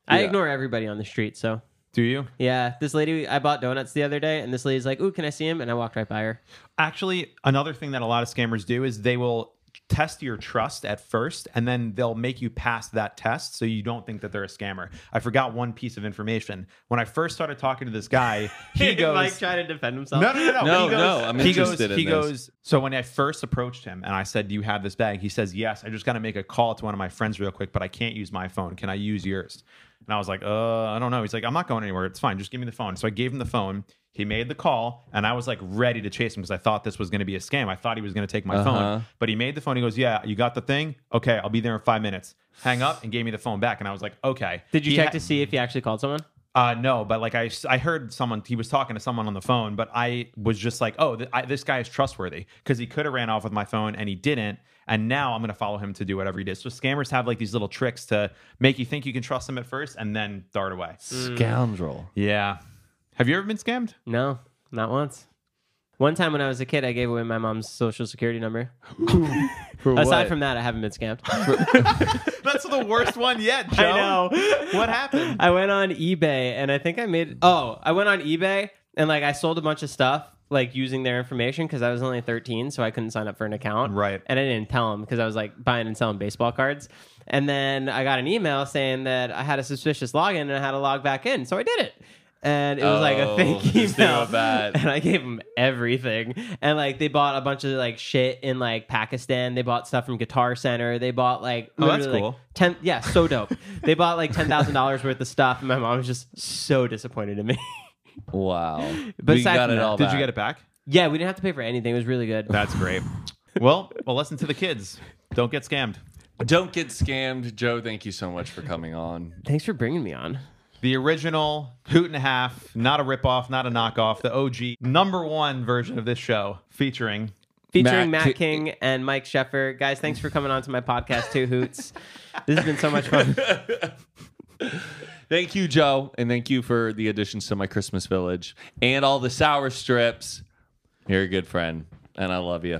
Speaker 3: yeah.
Speaker 2: ignore everybody on the street, so
Speaker 4: Do you?
Speaker 2: yeah. This lady I bought donuts the other day and this lady's like, Ooh, can I see him? And I walked right by her.
Speaker 4: Actually, another thing that a lot of scammers do is they will test your trust at first and then they'll make you pass that test so you don't think that they're a scammer. I forgot one piece of information. When I first started talking to this guy, he goes
Speaker 2: Mike tried to defend himself.
Speaker 4: No, no, no,
Speaker 3: No,
Speaker 4: no. he goes,
Speaker 3: no, I'm
Speaker 4: he
Speaker 3: interested
Speaker 4: goes,
Speaker 3: in
Speaker 4: he
Speaker 3: this.
Speaker 4: goes. So when I first approached him and I said, "Do you have this bag?" He says, "Yes." I just got to make a call to one of my friends real quick, but I can't use my phone. Can I use yours? And I was like, "Uh, I don't know." He's like, "I'm not going anywhere. It's fine. Just give me the phone." So I gave him the phone. He made the call, and I was like ready to chase him because I thought this was going to be a scam. I thought he was going to take my
Speaker 3: Uh-huh.
Speaker 4: phone, but he made the phone. He goes, "Yeah, you got the thing. Okay, I'll be there in five minutes." Hang up and gave me the phone back, and I was like, "Okay."
Speaker 2: Did you
Speaker 4: He
Speaker 2: check
Speaker 4: ha-
Speaker 2: to see if he actually called someone?
Speaker 4: uh, no, but like I, I heard someone, he was talking to someone on the phone, but I was just like, oh, th- I, this guy is trustworthy because he could have ran off with my phone and he didn't. And now I'm going to follow him to do whatever he did. So scammers have like these little tricks to make you think you can trust them at first and then dart away.
Speaker 3: Hmm. scoundrel.
Speaker 4: Yeah. Have you ever been scammed?
Speaker 2: No, not once. One time when I was a kid, I gave away my mom's social security number. Aside from that, I haven't been scammed.
Speaker 4: That's the worst one yet, Joe. What happened?
Speaker 2: I went on eBay and I think I made. Oh, I went on eBay and like I sold a bunch of stuff like using their information because I was only 13, so I couldn't sign up for an account.
Speaker 4: Right.
Speaker 2: And I didn't tell them because I was like buying and selling baseball cards. And then I got an email saying that I had a suspicious login and I had to log back in, so I did it. And it was like a
Speaker 3: Oh,
Speaker 2: fake
Speaker 3: this thing
Speaker 2: email.
Speaker 3: about that.
Speaker 2: And I gave them everything. And like they bought a bunch of like shit in like Pakistan. They bought stuff from Guitar Center. They bought like
Speaker 4: Oh, that's
Speaker 2: literally, like,
Speaker 4: cool.
Speaker 2: Ten, yeah, so dope. they bought like ten thousand dollars worth of stuff, and my mom was just so disappointed in me.
Speaker 3: Wow.
Speaker 2: But
Speaker 3: we
Speaker 2: aside
Speaker 3: got
Speaker 2: from
Speaker 3: it
Speaker 2: that-
Speaker 3: all.
Speaker 4: Did
Speaker 3: back.
Speaker 4: you get it back?
Speaker 2: yeah, we didn't have to pay for anything. It was really good.
Speaker 4: That's great. well, well, listen to the kids. Don't get scammed.
Speaker 3: Don't get scammed, Joe. Thank you so much for coming on.
Speaker 2: Thanks for bringing me on.
Speaker 4: The original Hoot and a Half, not a ripoff, not a knockoff, the OG number one version of this show featuring.
Speaker 2: Featuring Matt,
Speaker 3: Matt Ki-
Speaker 2: King and Mike Sheffer. Guys, thanks for coming on to my podcast, Two Hoots. this has been so much fun.
Speaker 3: Thank you, Joe, and thank you for the additions to my Christmas village and all the sour strips. You're a good friend. and I love you.